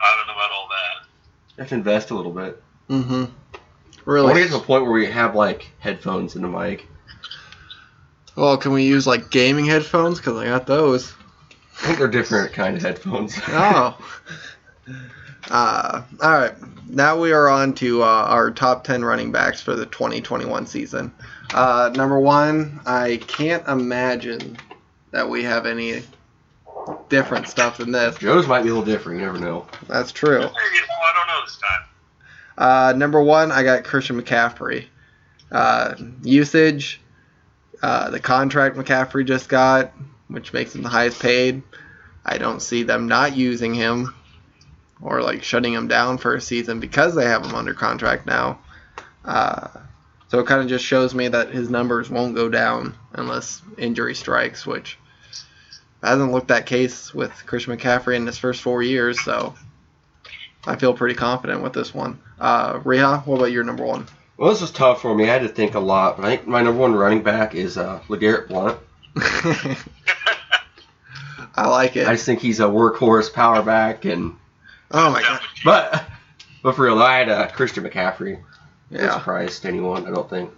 B: I don't know about all that.
D: I have to invest a little bit.
A: Mm-hmm.
D: I want to get
A: Really?
D: to a point where we have like headphones and a mic.
A: Well, can we use like gaming headphones? Cause I got those.
D: I think they're different kind of headphones.
A: Oh. Uh, all right. Now we are on to uh, our top 10 running backs for the 2021 season. Uh, number one, I can't imagine that we have any different stuff than this.
D: Joe's might be a little different. You never know.
A: That's true.
B: Hey, well, I don't know this time.
A: Uh, number one, I got Christian McCaffrey. Uh, usage, uh, the contract McCaffrey just got, which makes him the highest paid. I don't see them not using him or like shutting him down for a season because they have him under contract now. Uh, so it kind of just shows me that his numbers won't go down unless injury strikes, which hasn't looked that case with Christian McCaffrey in his first four years. So I feel pretty confident with this one. Uh, Reha, what about your number one?
D: Well, this was tough for me. I had to think a lot, but I think my number one running back is uh, Legarrette Blunt.
A: I like it.
D: I just think he's a workhorse power back, and
A: oh my god.
B: Definitely.
D: but but for real, I had uh, Christian McCaffrey. No
A: Yeah.
D: surprise to anyone, I don't think.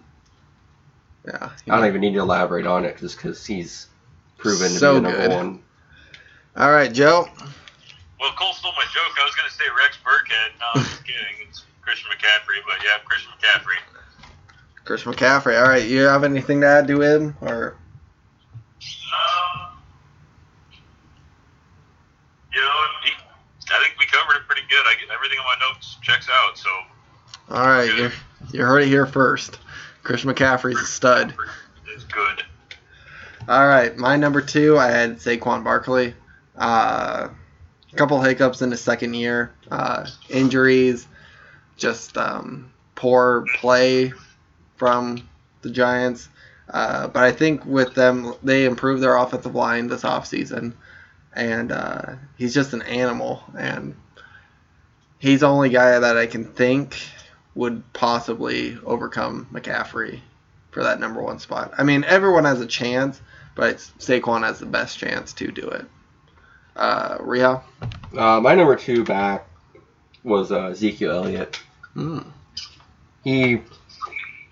A: Yeah.
D: I don't even need to elaborate on it just because he's proven
A: So
D: to be the number
A: good.
D: one.
A: All right, Joe.
B: Well, Cole stole my joke. I was going to say Rex Burkhead. No, I'm just kidding. It's Christian McCaffrey, but yeah, Christian McCaffrey.
A: Chris McCaffrey. All right, you have anything to add to him or
B: Um, you know, he, I think we covered it pretty good. I get everything on my notes checks out. So
A: All right, you you heard it here first. Chris McCaffrey's a stud.
B: it's good.
A: All right, my number two, I had Saquon Barkley. Uh, a couple hiccups in his second year, uh, injuries, just um, poor play from the Giants. Uh, but I think with them, they improved their offensive line this offseason. And uh, he's just an animal. And he's the only guy that I can think would possibly overcome McCaffrey for that number one spot. I mean, everyone has a chance, but Saquon has the best chance to do it. Uh, Ria?
D: Uh, my number two back was uh, Ezekiel Elliott.
A: Mm.
D: He, you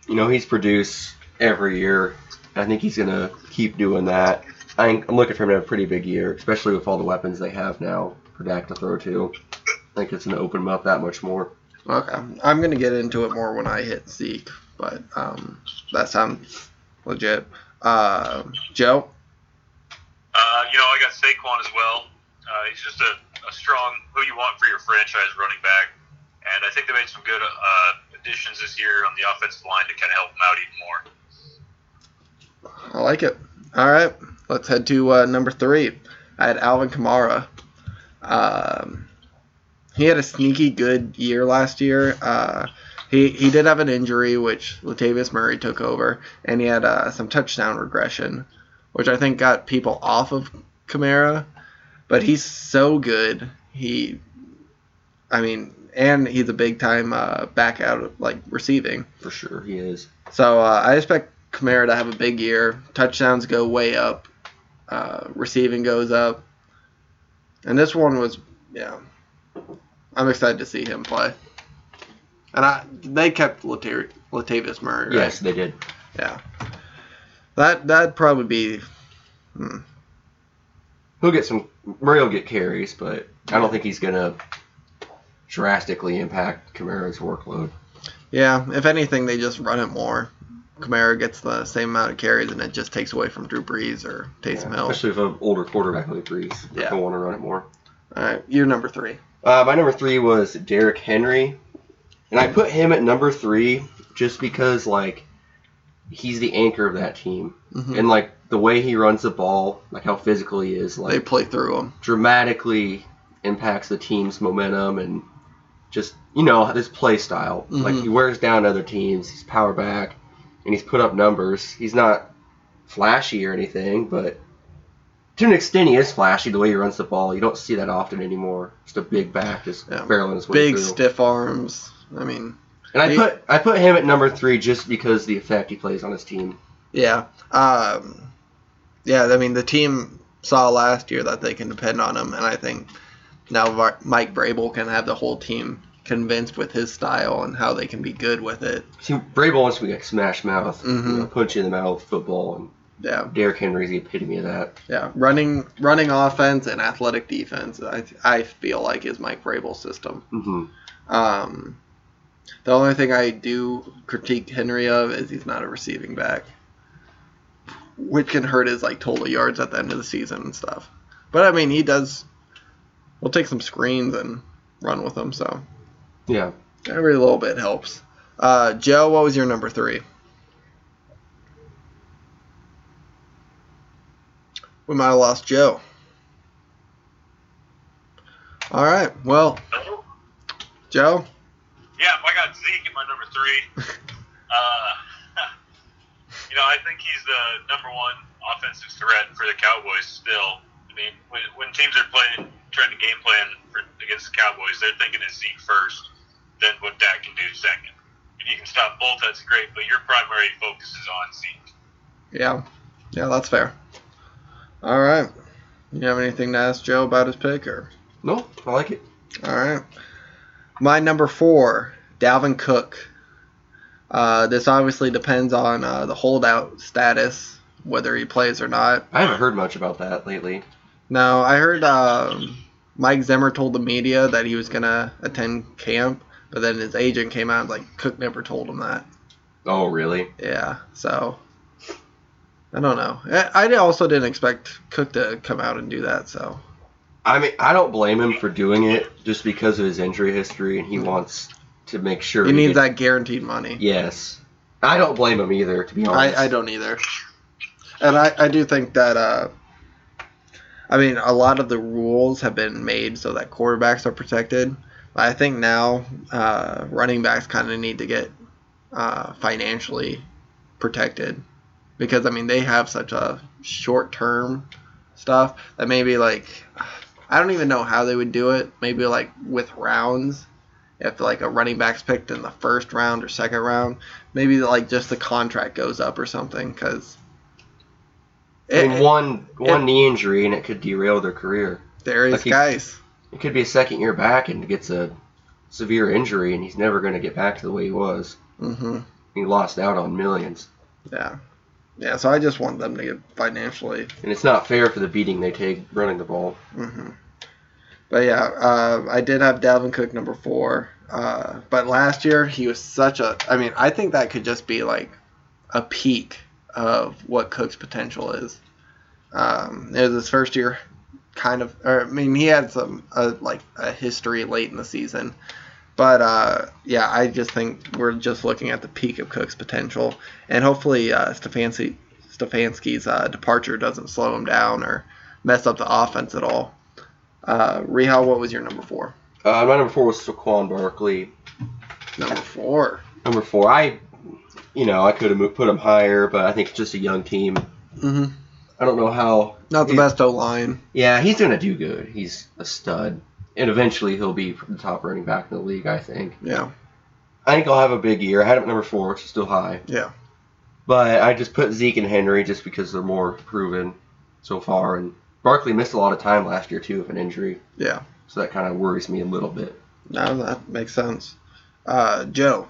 D: know, he's produced every year. I think he's gonna keep doing that. I think, I'm looking for him to have a pretty big year, especially with all the weapons they have now for Dak to throw to. I think it's gonna open him up that much more.
A: Okay. I'm going to get into it more when I hit Zeke, but um, that sounds legit. Uh, Joe?
B: Uh, you know, I got Saquon as well. Uh, he's just a, a strong who you want for your franchise running back, and I think they made some good uh, additions this year on the offensive line to kind of help him out even more.
A: I like it. All right, let's head to uh, number three. I had Alvin Kamara. Um, he had a sneaky good year last year. Uh, he he did have an injury, which Latavius Murray took over, and he had uh, some touchdown regression, which I think got people off of Kamara. But he's so good. He, I mean, and he's a big time uh, back out of like receiving.
D: For sure, he is.
A: So uh, I expect Kamara to have a big year. Touchdowns go way up. Uh, receiving goes up. And this one was, yeah. I'm excited to see him play. And I, they kept Latav- Latavius Murray. Right?
D: Yes, they did.
A: Yeah. That that'd probably be. Hmm.
D: He'll get some. Murray will get carries, but I don't think he's gonna drastically impact Kamara's workload.
A: Yeah. If anything, they just run it more. Kamara gets the same amount of carries, and it just takes away from Drew Brees or Taysom Hill.
D: Especially with an older quarterback like Brees,
A: Yeah.
D: he'll want to run it more.
A: All right, you're number three.
D: Uh, my number three was Derrick Henry, and I put him at number three just because like he's the anchor of that team,
A: Mhm.
D: and like the way he runs the ball, like how physical he is,
A: They
D: like
A: play through him.
D: dramatically impacts the team's momentum and just you know his play style. Like
A: Mhm.
D: he wears down other teams. He's power back, and he's put up numbers. He's not flashy or anything, but to an extent, he is flashy. The way he runs the ball, you don't see that often anymore. Just a big back, just
A: Yeah.
D: barreling his way
A: big
D: through.
A: stiff arms. I mean,
D: And I
A: He-
D: put I put him at number three just because the effect he plays on his team.
A: Yeah. Um, yeah, I mean, the team saw last year that they can depend on him, and I think now Vi- Mike Brable can have the whole team convinced with his style and how they can be good with it.
D: See, Brable wants to be like smash mouth,
A: Mhm.
D: you know, punch you in the mouth, football, and
A: Yeah,
D: Derrick Henry's the epitome of that.
A: yeah. Running running offense and athletic defense, I, I feel like, is Mike Brable's system.
D: hmm
A: Um, the only thing I do critique Henry of is he's not a receiving back, which can hurt his like total yards at the end of the season and stuff. But I mean, he does. We'll take some screens and run with them, so
D: Yeah.
A: every little bit helps. Uh, Joe, what was your number three? We might have lost Joe. All right, well, Joe.
B: Yeah, I got Zeke at my number three. Uh, you know, I think he's the number one offensive threat for the Cowboys still. I mean, when, when teams are playing, trying to game plan for, against the Cowboys, they're thinking of Zeke first, then what Dak can do second. If you can stop both, that's great, but your primary focus is on Zeke.
A: Yeah, yeah, that's fair. All right. You have anything to ask Joe about his pick, or
D: No, I like it.
A: all right? My number four, Dalvin Cook. Uh, this obviously depends on uh, the holdout status, whether he plays or not.
D: I haven't heard much about that lately.
A: No, I heard um, Mike Zimmer told the media that he was gonna attend camp, but then his agent came out and was like Cook never told him that.
D: Oh, really?
A: Yeah, so I don't know. I, I also didn't expect Cook to come out and do that, so.
D: I mean, I don't blame him for doing it just because of his injury history, and he wants to make sure
A: He needs
D: gets-
A: that guaranteed money.
D: Yes, I don't blame him either. To be honest,
A: I, I don't either. And I, I do think that, uh, I mean, a lot of the rules have been made so that quarterbacks are protected. But I think now uh, running backs kind of need to get uh, financially protected because, I mean, they have such a short term stuff that maybe, like, I don't even know how they would do it. Maybe, like, with rounds. If, like, a running back's picked in the first round or second round, maybe like just the contract goes up or something because
D: I mean, one one
A: it-
D: knee injury and it could derail their career.
A: there is
D: like he-
A: guys.
D: It could be a second year back and gets a severe injury, and he's never going to get back to the way he was.
A: hmm
D: He lost out on millions,
A: Yeah, yeah. So I just want them to get financially.
D: and it's not fair for the beating they take running the ball.
A: hmm But yeah, uh, I did have Dalvin Cook number four. Uh, but last year he was such a. I mean, I think that could just be like a peak of what Cook's potential is. Um, it was his first year, kind of. Or I mean, he had some uh, like a history late in the season, but uh, yeah, I just think we're just looking at the peak of Cook's potential, and hopefully uh, Stefanski Stefanski's uh, departure doesn't slow him down or mess up the offense at all. Uh, Rihal, what was your number four?
D: Uh, my number four was Saquon Barkley.
A: Number four.
D: Number four, I, you know, I could have put him higher, but I think it's just a young team.
A: Mm-hmm.
D: I don't know how.
A: Not the
D: he-
A: best O line.
D: Yeah, he's gonna do good. He's a stud, and eventually he'll be the top running back in the league. I think.
A: Yeah,
D: I think I'll have a big year. I had him at number four, which is still high.
A: yeah,
D: But I just put Zeke and Henry just because they're more proven so far. And Barkley missed a lot of time last year too with an injury,
A: yeah.
D: so that kind of worries me a little bit.
A: No, that makes sense. Uh, Joe.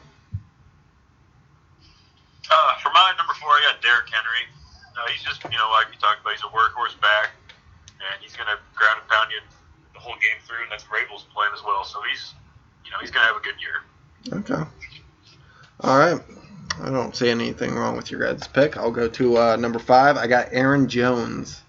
B: Uh, for my number four, I got Derrick Henry. Uh, he's just, you know, like we talked about, he's a workhorse back, and he's going to ground and pound you the whole game through, and that's Rabel's plan as well. So he's, you know, he's going to have a good year.
A: Okay. All right. I don't see anything wrong with your guys' pick. I'll go to uh, number five. I got Aaron Jones.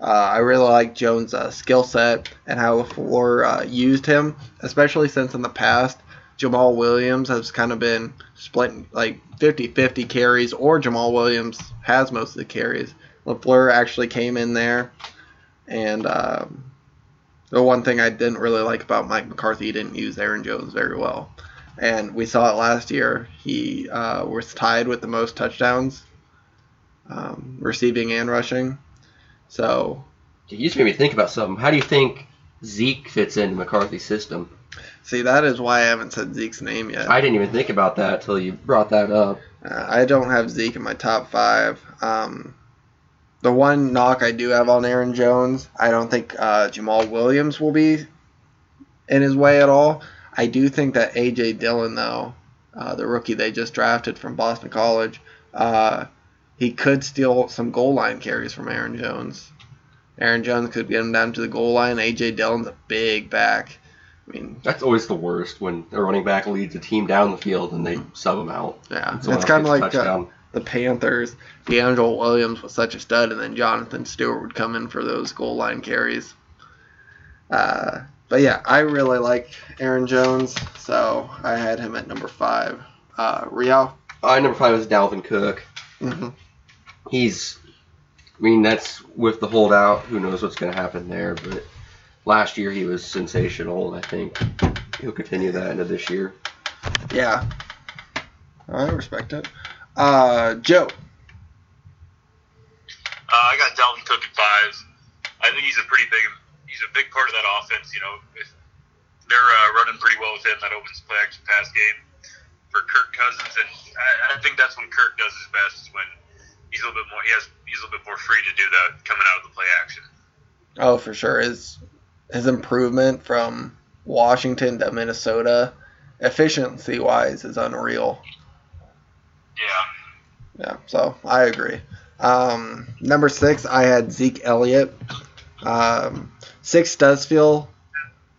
A: Uh, I really like Jones' uh, skill set and how LaFleur uh, used him, especially since in the past Jamal Williams has kind of been split like 50 50 carries, or Jamal Williams has most of the carries. LaFleur actually came in there, and um, the one thing I didn't really like about Mike McCarthy, he didn't use Aaron Jones very well and we saw it last year. He uh, was tied with the most touchdowns, um, receiving and rushing. So,
D: You just made me think about something. How do you think Zeke fits into McCarthy's system?
A: See, that is why I haven't said Zeke's name yet.
D: I didn't even think about that till you brought that up.
A: Uh, I don't have Zeke in my top five. Um, the one knock I do have on Aaron Jones, I don't think uh, Jamal Williams will be in his way at all. I do think that A.J. Dillon, though, uh, the rookie they just drafted from Boston College, uh, he could steal some goal line carries from Aaron Jones. Aaron Jones could get him down to the goal line. A.J. Dillon's a big back. I mean,
D: That's always the worst when a running back leads a team down the field and they sub him out.
A: yeah,
D: And
A: it's
D: someone
A: kind of
D: else
A: like
D: gets a
A: uh,
D: touchdown.
A: the Panthers. D'Angelo Williams was such a stud, and then Jonathan Stewart would come in for those goal line carries. Uh, but yeah, I really like Aaron Jones, so I had him at number five. Uh, Rial.
D: Uh, number five is Dalvin Cook.
A: Mhm.
D: He's, I mean, that's with the holdout. Who knows what's going to happen there? But last year he was sensational, and I think he'll continue that into this year.
A: Yeah, I respect it. Uh, Joe.
B: Uh, I got Dalvin Cook at five. I think he's a pretty big he's a big part of that offense. You know, if they're uh, running pretty well with him. That opens play action pass game for Kirk Cousins, and I, I think that's when Kirk does his best is when he's a little bit more he has he's a little bit more free to do that coming out of the play action.
A: Oh, for sure. His his improvement from Washington to Minnesota, efficiency wise, is unreal.
B: Yeah.
A: Yeah, so I agree. Um, number six, I had Zeke Elliott. Um, six does feel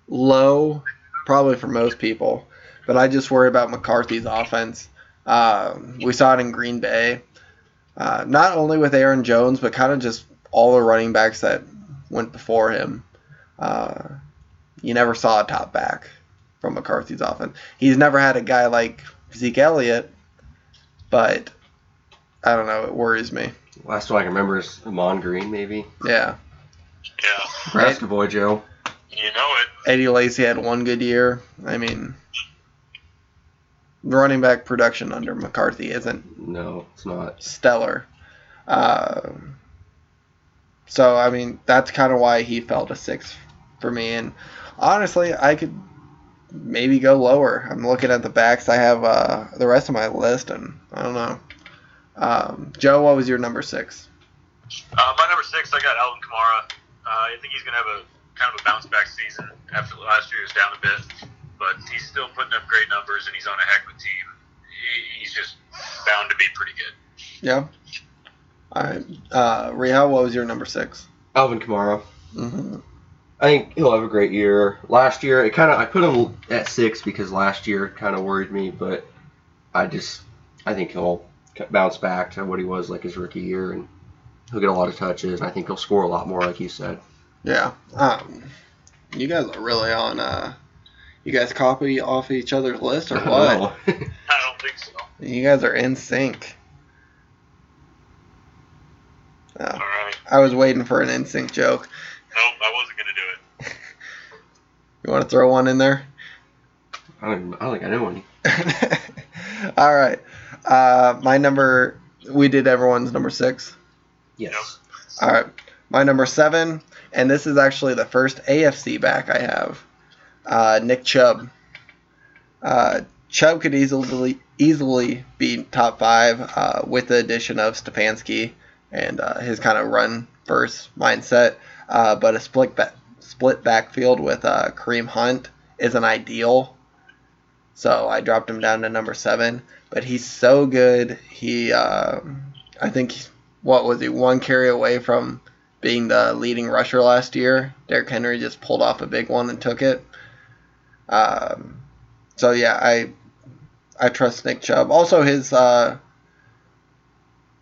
A: low, probably for most people, but I just worry about McCarthy's offense. Um, we saw it in Green Bay, uh, not only with Aaron Jones, but kind of just all the running backs that went before him. Uh, you never saw a top back from McCarthy's offense. He's never had a guy like Zeke Elliott, but I don't know. It worries me.
D: Last one I can remember is Amon Green, maybe.
A: Yeah.
B: Yeah.
D: Nebraska boy, Joe.
B: You know it.
A: Eddie Lacy had one good year. I mean, running back production under McCarthy isn't
D: No, it's not.
A: stellar. Um so, I mean, that's kind of why he fell to six for me. And honestly, I could maybe go lower. I'm looking at the backs. I have uh, the rest of my list, and I don't know. Um, Joe, what was your number six?
B: Uh, my number six, I got Alvin Kamara. Uh, I think he's gonna have a kind of a bounce back season after last year was down a bit, but he's still putting up great numbers and he's on a heck of a team. He, he's just bound to be pretty good.
A: Yeah. All right. Uh, Riha, what was your number six?
D: Alvin Kamara.
A: hmm
D: I think he'll have a great year. Last year, it kind of I put him at six because last year kind of worried me, but I just I think he'll bounce back to what he was like his rookie year, and he'll get a lot of touches, and I think he'll score a lot more, like you said.
A: Yeah. Um, you guys are really on. Uh, you guys copy off each other's list or what?
B: I don't think so.
A: You guys are in sync. Oh,
B: All right.
A: I was waiting for an in sync joke.
B: Nope, I wasn't gonna do it.
A: You want to throw one in there?
D: I don't, even, I don't think I know any.
A: All right. Uh, my number. We did everyone's number six.
D: Yes.
A: All right. My number seven, and this is actually the first AFC back I have uh, Nick Chubb. Uh, Chubb could easily easily be top five uh, with the addition of Stefanski and uh, his kind of run first mindset. Uh, but a split, ba- split backfield with uh, Kareem Hunt isn't ideal. So I dropped him down to number seven. But he's so good. He, uh, I think, he's- what was he, one carry away from being the leading rusher last year. Derrick Henry just pulled off a big one and took it. Um, so yeah, I I trust Nick Chubb. Also, his uh,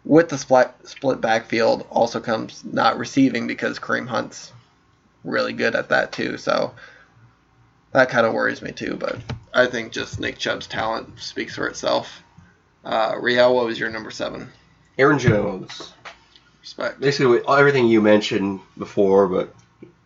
A: with the split split backfield also comes not receiving because Kareem Hunt's really good at that too. So that kind of worries me too. But I think just Nick Chubb's talent speaks for itself. Uh, Riel, what was your number seven?
D: Aaron Jones.
A: Respect.
D: Basically, with everything you mentioned before, but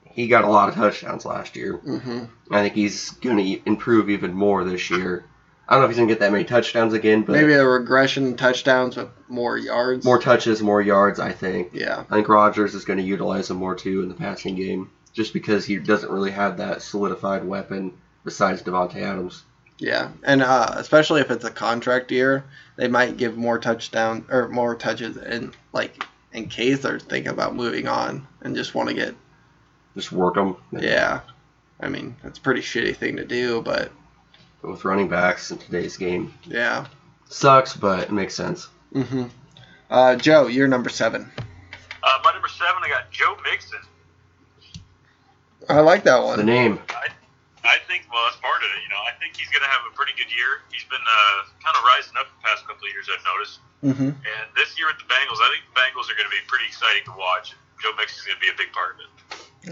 D: he got a lot of touchdowns last year.
A: hmm
D: I think he's going to improve even more this year. I don't know if he's going to get that many touchdowns again, but
A: Maybe a regression in touchdowns, but more yards.
D: more touches, more yards, I think.
A: Yeah.
D: I think Rodgers is going to utilize him more too in the passing game, just because he doesn't really have that solidified weapon besides Devonte Adams.
A: Yeah, and uh, especially if it's a contract year, they might give more touchdown or more touches, and like in case they're thinking about moving on and just want to get
D: Just work them.
A: yeah. I mean, that's a pretty shitty thing to do, but
D: With running backs in today's game.
A: yeah.
D: Sucks, but it makes sense.
A: hmm Uh, Joe, you're number seven.
B: Uh, my number seven, I got Joe Mixon.
A: I like that
D: The
A: one.
D: name.
B: I think well, that's part of it. You know, I think he's going to have a pretty good year. He's been uh, kind of rising up the past couple of years, I've noticed.
A: hmm
B: And this year with the Bengals, I think the Bengals are going to be pretty exciting to watch. Joe Mixon's going to be a big part of it.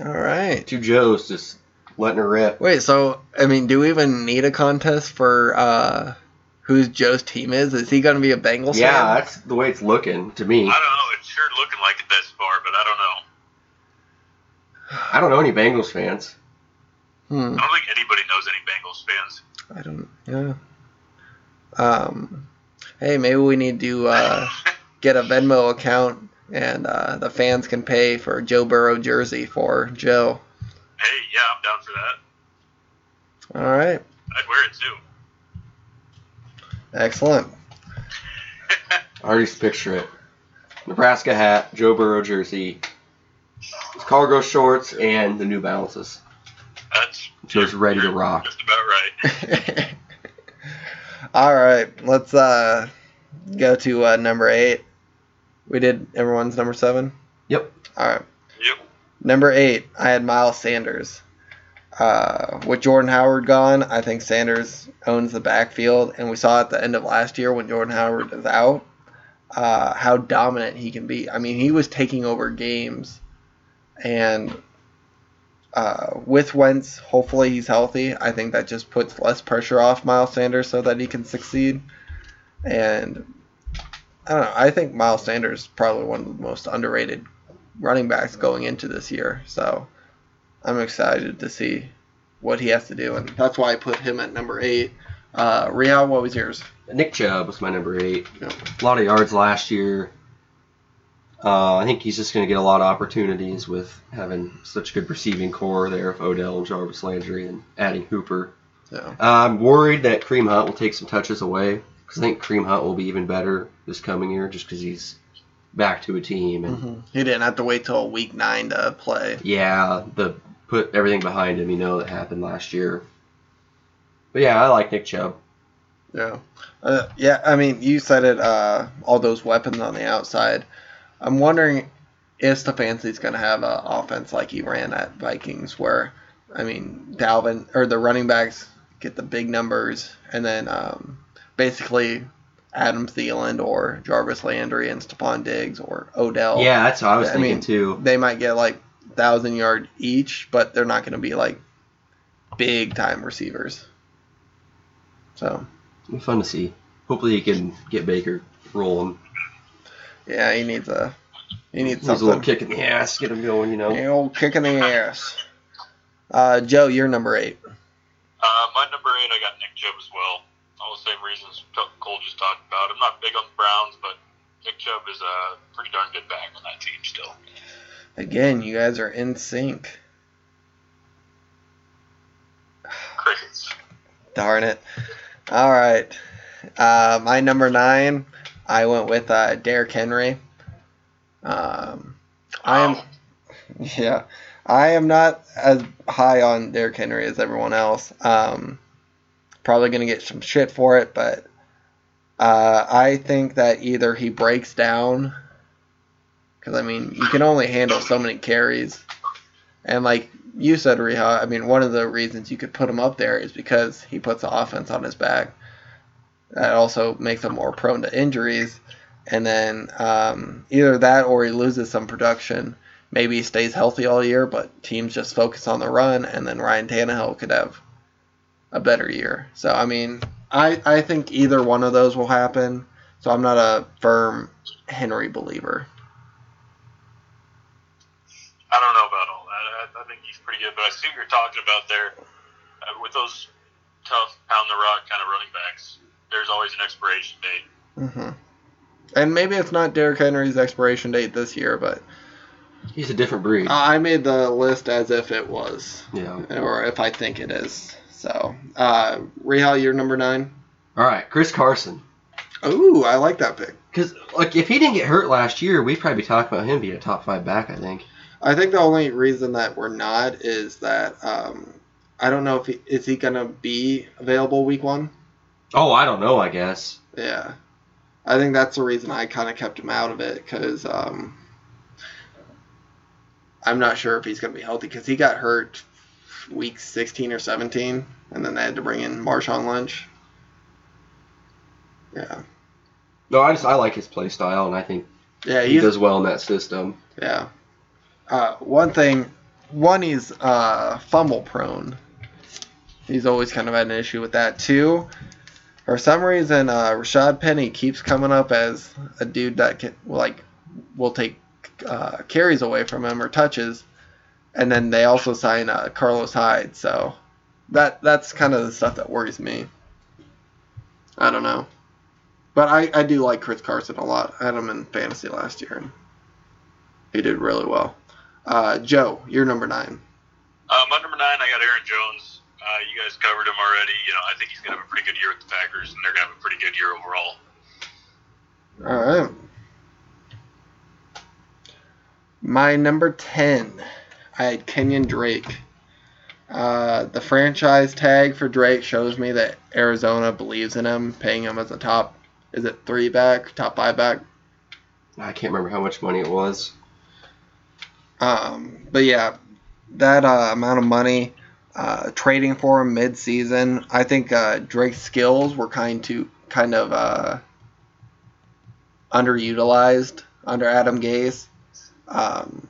A: All right.
D: Two Joes just letting her rip.
A: Wait, so I mean, do we even need a contest for uh, who's Joe's team is? Is he gonna be a Bengals?
D: yeah,
A: fan?
D: that's the way it's looking to me.
B: I don't know. It's sure looking like it this far, but I don't know.
D: I don't know any Bengals fans.
A: Hmm.
B: I don't think anybody knows any Bengals fans.
A: I don't. Yeah. Um. Hey, maybe we need to uh, get a Venmo account, and uh, the fans can pay for a Joe Burrow jersey for Joe.
B: hey, yeah, I'm down for that.
A: All right.
B: I'd wear it too.
A: Excellent.
D: I already picture it. Nebraska hat, Joe Burrow jersey, cargo shorts, and the New Balances.
B: That's
D: Joe's ready to
B: you're
D: rock.
B: Just about right.
A: All right. Let's uh, go to uh, number eight. We did everyone's number seven.
D: Yep.
A: All right.
B: Yep.
A: Number eight, I had Miles Sanders. Uh, with Jordan Howard gone, I think Sanders owns the backfield, and we saw at the end of last year when Jordan Howard is out, uh, how dominant he can be. I mean, he was taking over games, and uh, with Wentz, hopefully he's healthy. I think that just puts less pressure off Miles Sanders so that he can succeed. And I don't know. I think Miles Sanders is probably one of the most underrated running backs going into this year. So I'm excited to see what he has to do, and that's why I put him at number eight. Uh, Real, what was yours?
D: Nick Chubb was my number eight.
A: Yep.
D: A lot of yards last year. Uh, I think he's just going to get a lot of opportunities with having such good receiving core there of Odell and Jarvis Landry and adding Hooper. Uh,
A: So,
D: I'm worried that Cream Hunt will take some touches away because I think Cream Hunt will be even better this coming year just because he's back to a team and
A: He didn't have to wait till week nine to play.
D: yeah, the put everything behind him, you know, that happened last year. But yeah, I like Nick Chubb.
A: Yeah, uh, yeah. I mean, you said it. Uh, all those weapons on the outside. I'm wondering if Stefanski's going to have an offense like he ran at Vikings, where I mean, Dalvin or the running backs get the big numbers, and then um, basically Adam Thielen or Jarvis Landry and Stephon Diggs or Odell.
D: yeah, that's what I was
A: Oh. I
D: thinking
A: mean,
D: too.
A: they might get like thousand yard each, but they're not going to be like big time receivers. So.
D: It'll be Fun to see. Hopefully, he can get Baker rolling.
A: Yeah, he needs a he needs
D: He's a
A: something.
D: little kick in the ass, get him going, you know.
A: An old kick in the ass. Uh, Joe, you're number eight.
B: Uh, my number eight, I got Nick Chubb as well. All the same reasons T- Cole just talked about. I'm not big on the Browns, but Nick Chubb is a pretty darn good back on that team still.
A: Again, you guys are in sync.
B: Crickets.
A: Darn it. All right. Uh, my number nine, I went with uh, Derrick Henry. Um, I am,
B: Wow.
A: yeah, I am not as high on Derrick Henry as everyone else. Um, probably gonna get some shit for it, but uh, I think that either he breaks down, because I mean you can only handle so many carries, and like you said, Reha, I mean, one of the reasons you could put him up there is because he puts the offense on his back. That also makes him more prone to injuries. And then um, either that or he loses some production. Maybe he stays healthy all year, but teams just focus on the run, and then Ryan Tannehill could have a better year. So, I mean, I, I think either one of those will happen. So, I'm not a firm Henry believer.
B: I don't know about all that. I, I think he's pretty good, but I see what you're talking about there. Uh, with those tough pound the rock kind of running backs, there's always an expiration date.
A: hmm And maybe it's not Derrick Henry's expiration date this year, but
D: He's a different breed.
A: I I made the list as if it was,
D: yeah.
A: or if I think it is. So, uh, Rehal, you're number nine.
D: All right, Chris Carson.
A: Ooh, I like that pick.
D: Because like if he didn't get hurt last year, we'd probably be talking about him being a top five back. I think.
A: I think the only reason that we're not is that um, I don't know if he, is he gonna be available week one.
D: Oh, I don't know. I guess.
A: Yeah, I think that's the reason I kind of kept him out of it because um, I'm not sure if he's gonna be healthy because he got hurt week 16 or 17, and then they had to bring in Marshawn Lynch. Yeah,
D: No, I just I like his play style, and I think
A: yeah,
D: he
A: he's
D: does well in that system.
A: Yeah. Uh, one thing, one he's uh, fumble prone. He's always kind of had an issue with that. Two, for some reason, uh, Rashad Penny keeps coming up as a dude that can like will take uh, carries away from him or touches, and then they also sign uh, Carlos Hyde. So that that's kind of the stuff that worries me. I don't know. But I, I do like Chris Carson a lot. I had him in fantasy last year, and he did really well. Uh, Joe, you're number nine.
B: Uh, my number nine, I got Aaron Jones. Uh, you guys covered him already. You know, I think he's gonna have a pretty good year with the Packers, and they're gonna have a pretty good year overall.
A: All right. My number 10, I had Kenyon Drake. Uh, the franchise tag for Drake shows me that Arizona believes in him, paying him as a top, is it three back, top five back?
D: I can't remember how much money it was.
A: Um, but yeah, that uh, amount of money, uh, trading for him mid-season, I think uh, Drake's skills were kind to kind of uh, underutilized under Adam Gase, um,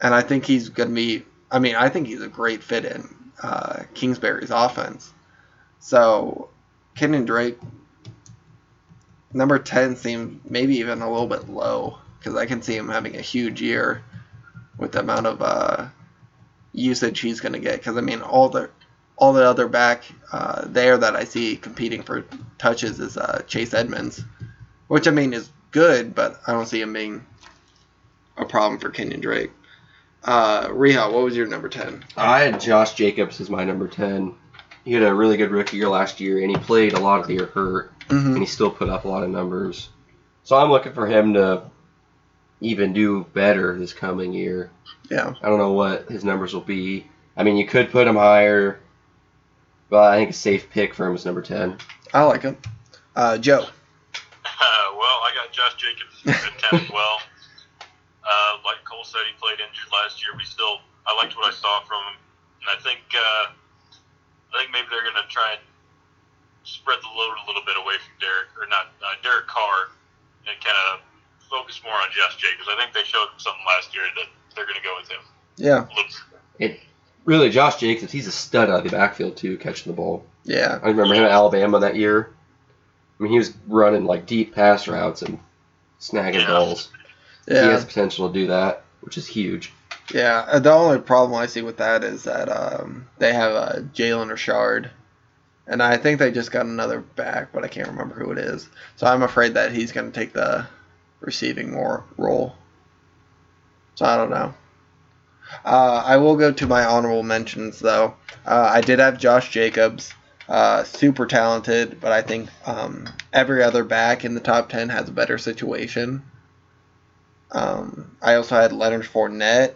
A: and I think he's gonna be. I mean, I think he's a great fit in uh, Kingsbury's offense. So, Kenan Drake, number ten seems maybe even a little bit low because I can see him having a huge year with the amount of uh, usage he's going to get. Because I mean, all the all the other back uh, there that I see competing for touches is uh, Chase Edmonds, which I mean is good, but I don't see him being a problem for Kenyon Drake. Uh, Riha, what was your number ten?
D: I had Josh Jacobs as my number ten. He had a really good rookie year last year, and he played a lot of the year hurt. and
A: Mm-hmm.
D: he still put up a lot of numbers. So I'm looking for him to even do better this coming year.
A: Yeah,
D: I don't know what his numbers will be. I mean, you could put him higher, but I think a safe pick for him is number 10.
A: I like him. Uh, Joe.
B: Uh, well, I got Josh Jacobs at 10 as well. Uh, like Cole said, he played injured last year. We still, I liked what I saw from him, and I think, uh, I think maybe they're going to try and spread the load a little bit away from Derek, or not uh, Derek Carr, and kind of focus more on Josh Jacobs. I think they showed him something last year that they're going to go with him.
A: Yeah,
B: A little-
D: It really Josh Jacobs. He's a stud out of the backfield too, catching the ball.
A: yeah,
D: I remember him at Alabama that year. I mean, he was running like deep pass routes and snagging
B: Yeah.
D: balls. He
A: yeah,
D: has potential to do that, which is huge.
A: yeah. Uh, The only problem I see with that is that um, they have uh, Jalen Richard, and I think they just got another back, but I can't remember who it is. So I'm afraid that he's going to take the receiving more role. So I don't know. Uh, I will go to my honorable mentions though. Uh, I did have Josh Jacobs, uh, super talented, but I think um, every other back in the top ten has a better situation. Um, I also had Leonard Fournette,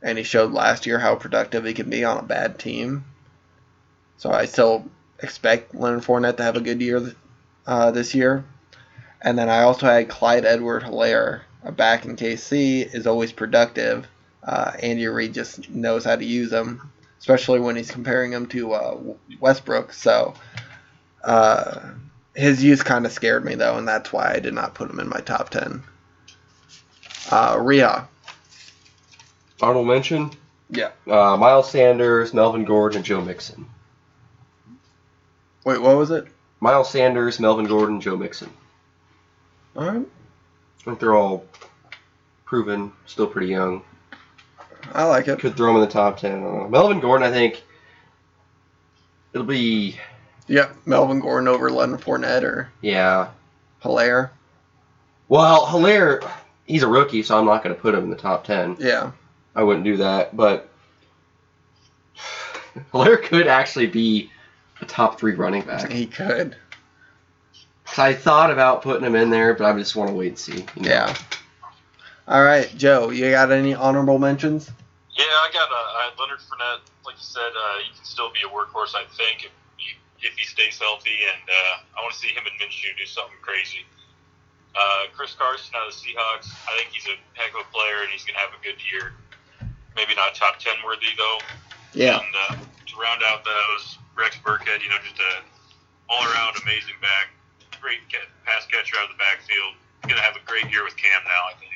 A: and he showed last year how productive he can be on a bad team. So I still expect Leonard Fournette to have a good year th- uh, this year. And then I also had Clyde Edward Hilaire, a back in KC, is always productive. Uh, Andy Reid just knows how to use him, especially when he's comparing him to uh, W- Westbrook. So uh, his use kind of scared me, though, and that's why I did not put him in my top 10. Uh, Ria.
D: Honorable mention.
A: Yeah.
D: Uh, Miles Sanders, Melvin Gordon, and Joe Mixon.
A: Wait, what was it?
D: Miles Sanders, Melvin Gordon, Joe Mixon.
A: All right.
D: I think they're all proven, still pretty young.
A: I like it.
D: Could throw them in the top ten. I don't know. Melvin Gordon, I think it'll be
A: Yep, Melvin Gordon over Leonard Fournette or
D: yeah.
A: Hilaire.
D: Well, Hilaire, he's a rookie, so I'm not going to put him in the top ten.
A: Yeah.
D: I wouldn't do that, but Blair could actually be a top three running back.
A: He could.
D: 'Cause I thought about putting him in there, but I just want to wait and see. you know.
A: Yeah. All right, Joe, you got any honorable mentions?
B: Yeah, I got uh, I- Leonard Fournette. Like you said, uh, he can still be a workhorse, I think, if he, if he stays healthy. And uh, I want to see him and Minshew do something crazy. Uh, Chris Carson out of the Seahawks. I think he's a heck of a player, and he's gonna have a good year. Maybe not top ten worthy though.
A: Yeah.
B: And uh, to round out those, Rex Burkhead, you know, just a all around amazing back, great ca- pass catcher out of the backfield. He's gonna have a great year with Cam now, I think.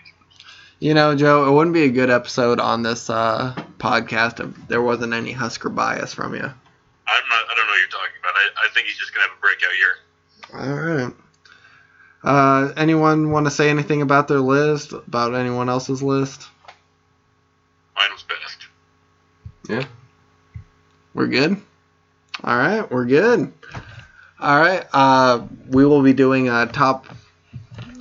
A: You know, Joe, it wouldn't be a good episode on this uh, podcast if there wasn't any Husker bias from you.
B: I'm not, I don't know what you're talking about. I, I think he's just gonna have a breakout year.
A: All right. Uh, anyone want to say anything about their list? About anyone else's list?
B: Mine was best.
A: We're good. All right, we're good. All right, uh, we will be doing a top,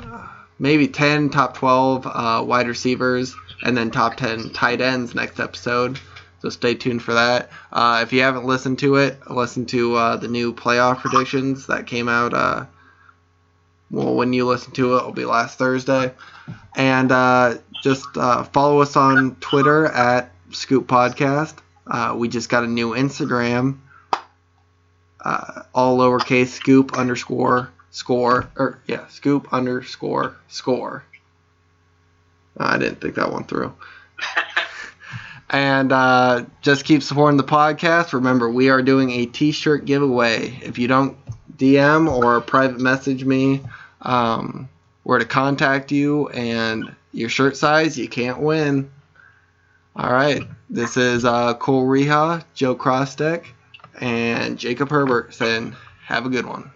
A: uh, maybe ten, top twelve uh, wide receivers, and then top ten tight ends next episode. So stay tuned for that. Uh, if you haven't listened to it, listen to uh, the new playoff predictions that came out. Uh, well, when you listen to it, it'll be last Thursday. And uh, just uh, follow us on Twitter at Scoop Podcast. Uh, we just got a new Instagram, uh, all lowercase scoop underscore score or yeah scoop underscore score. Uh, I didn't think that one through. and uh, just keep supporting the podcast. Remember, we are doing a T-shirt giveaway. If you don't DM or private message me, um, where to contact you and your shirt size, you can't win. All right. This is uh, Cole Reha, Joe Crossteck, and Jacob Herbert saying, have a good one.